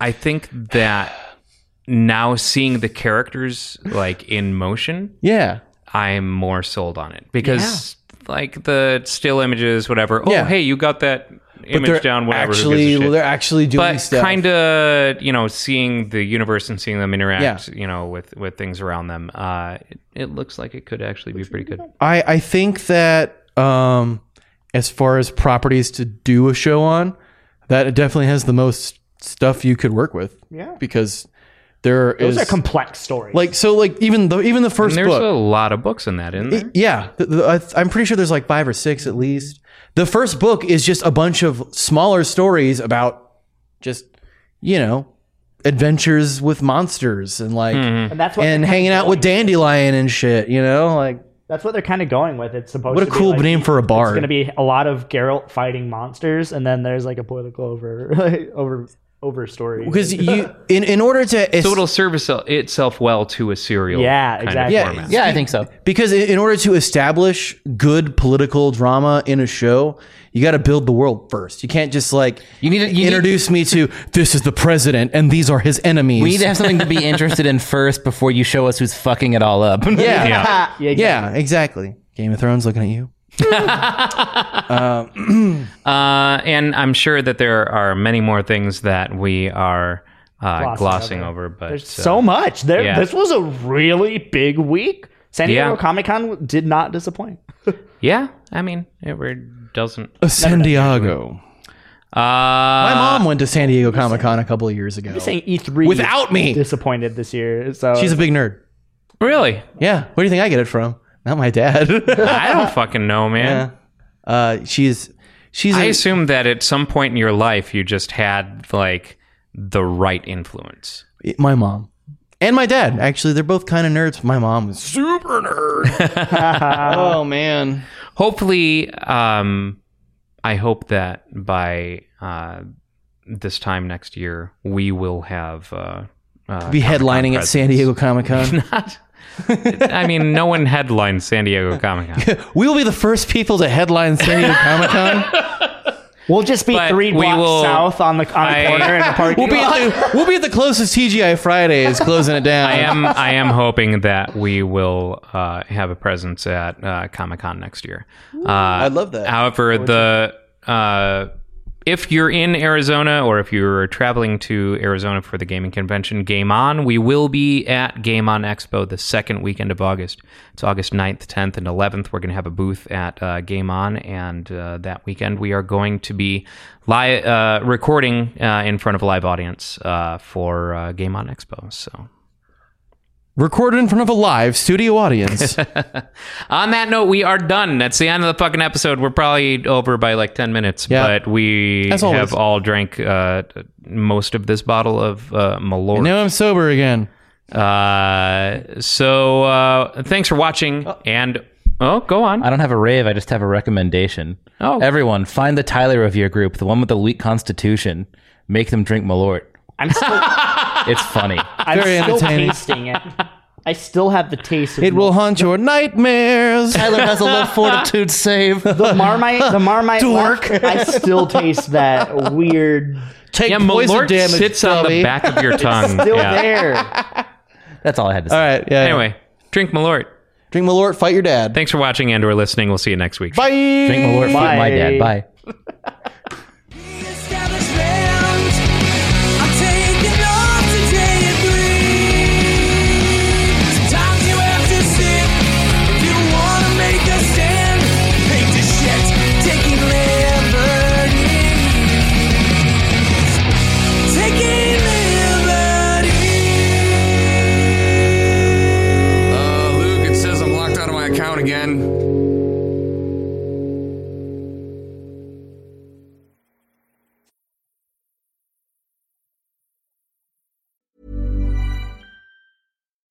i think that now seeing the characters like in motion
yeah,
i'm more sold on it because like the still images whatever oh
Yeah.
hey you got that
they're
image down whatever who gives a
actually
shit.
they're actually doing
but
stuff.
kind of you know seeing the universe and seeing them interact you know with with things around them uh it, it looks like it could actually be pretty good
I I think that um, as far as properties to do a show on, that it definitely has the most stuff you could work with.
Yeah.
because there is
Those are complex stories.
like so like even the even the
and
first
there's a
book.
lot of books in that isn't there
yeah, the- the- I- I'm pretty sure there's like five or six at least. The first book is just a bunch of smaller stories about just you know adventures with monsters and like
Hmm.
and that's what
and
they're kinda
hanging out with
going-
dandelion and shit. You know, like
That's what they're kind of going with. It's supposed.
what a
to be
cool
like-
name for a
It's
bar.
going to be a lot of Geralt fighting monsters, and then there's like a political over over over story.
because you in in order to
so it'll service itself well to a serial
Yeah,
kind of
exactly.
Yeah,
format.
Yeah, I think so.
because in in order to establish good political drama in a show you got to build the world first you can't just like
You need to- you
introduce me to this is the president and these are his enemies
We need to have something to be interested in first before you show us who's fucking it all up.
yeah yeah,
Yeah.
yeah, exactly.
exactly game of thrones looking at you
Uh, and I'm sure that there are many more things that we are uh, glossing, over. but
There's
uh,
so much. There,
yeah.
this was a really big week. San Diego
Yeah.
Comic Con did not disappoint.
Oh.
yeah, I mean, it really doesn't.
Uh, san diego
Uh, My
my mom went to san diego comic-con a couple of years ago
Saying E3
without me
E disappointed this year. So
she's a big nerd
really?
yeah where do you think i get it from not my dad
I don't fucking know, man.
uh she's she's
I
a-
assume that at some point in your life you just had like the right influence.
my mom and my dad. Actually, they're both kind of nerds. My mom was super nerd. oh man,
hopefully um i hope that by uh this time next year we will have uh, uh
be headlining at San Diego Comic Con.
not i mean no one headlines san diego comic-con
we will be the first people to headline San Diego Comic Con.
We'll just be
But
three
we
blocks
will-
south on the on
I-
the corner in the parking
We'll be
lot.
at the, we'll be at the closest TGI Fridays closing it down.
i am i am hoping that we will uh have a presence at uh comic-con next year uh i
love that.
however the uh if you're in Arizona or if you're traveling to Arizona for the gaming convention, Game On, we will be at Game On Expo the second weekend of August. It's August 9th, 10th, and 11th. We're going to have a booth at uh, Game On, and uh, that weekend we are going to be li- uh, recording uh, in front of a live audience uh, for uh, Game On Expo. So,
recorded in front of a live studio audience.
on that note, we are done. That's the end of the fucking episode. We're probably over by like 10 minutes,
Yeah.
but we
As always.
have all drank uh, most of this bottle of uh, Malort.
now I'm sober again.
Uh, so uh, thanks for watching. And oh, go on.
I don't have a rave. I just have a recommendation.
Oh.
Everyone, find the Tyler of your group, the one with the weak constitution. Make them drink Malort.
I'm still,
It's funny.
I'm
Very
still
entertaining.
tasting it. I still have the taste. Of
It will haunt your nightmares.
Tyler has a low fortitude save.
The Marmite, the Marmite Dork. I still taste that weird.
Take
yeah,
poison
Malort
damage,
sits on
dummy.
the back of your tongue.
Still
yeah.
there.
That's all I had to say.
All right. Yeah. yeah.
Anyway, drink Malort.
drink Malort. Fight your dad.
Thanks for watching and or listening. We'll see you next week.
Bye.
Drink Malort. feed
Bye.
my dad. Bye.
establishment. I'm taking off today and breathe. Sometimes you have to sit if you wanna make a stand. Take the shit, taking liberties. Taking liberties.
Uh, Luke, it says I'm locked out of my account again.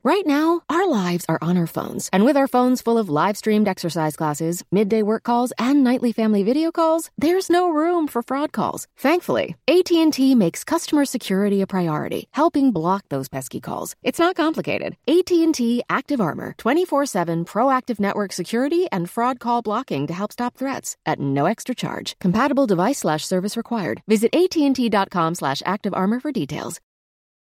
Right now, our lives are on our phones, and with our phones full of live streamed exercise classes, midday work calls, and nightly family video calls, there's no room for fraud calls. Thankfully, AT&T makes customer security a priority, helping block those pesky calls. It's not complicated. AT&T Active Armor, 24/7 proactive network security and fraud call blocking to help stop threats at no extra charge. Compatible device/service slash service required. Visit AT&T.com/activearmor slash active armor for details.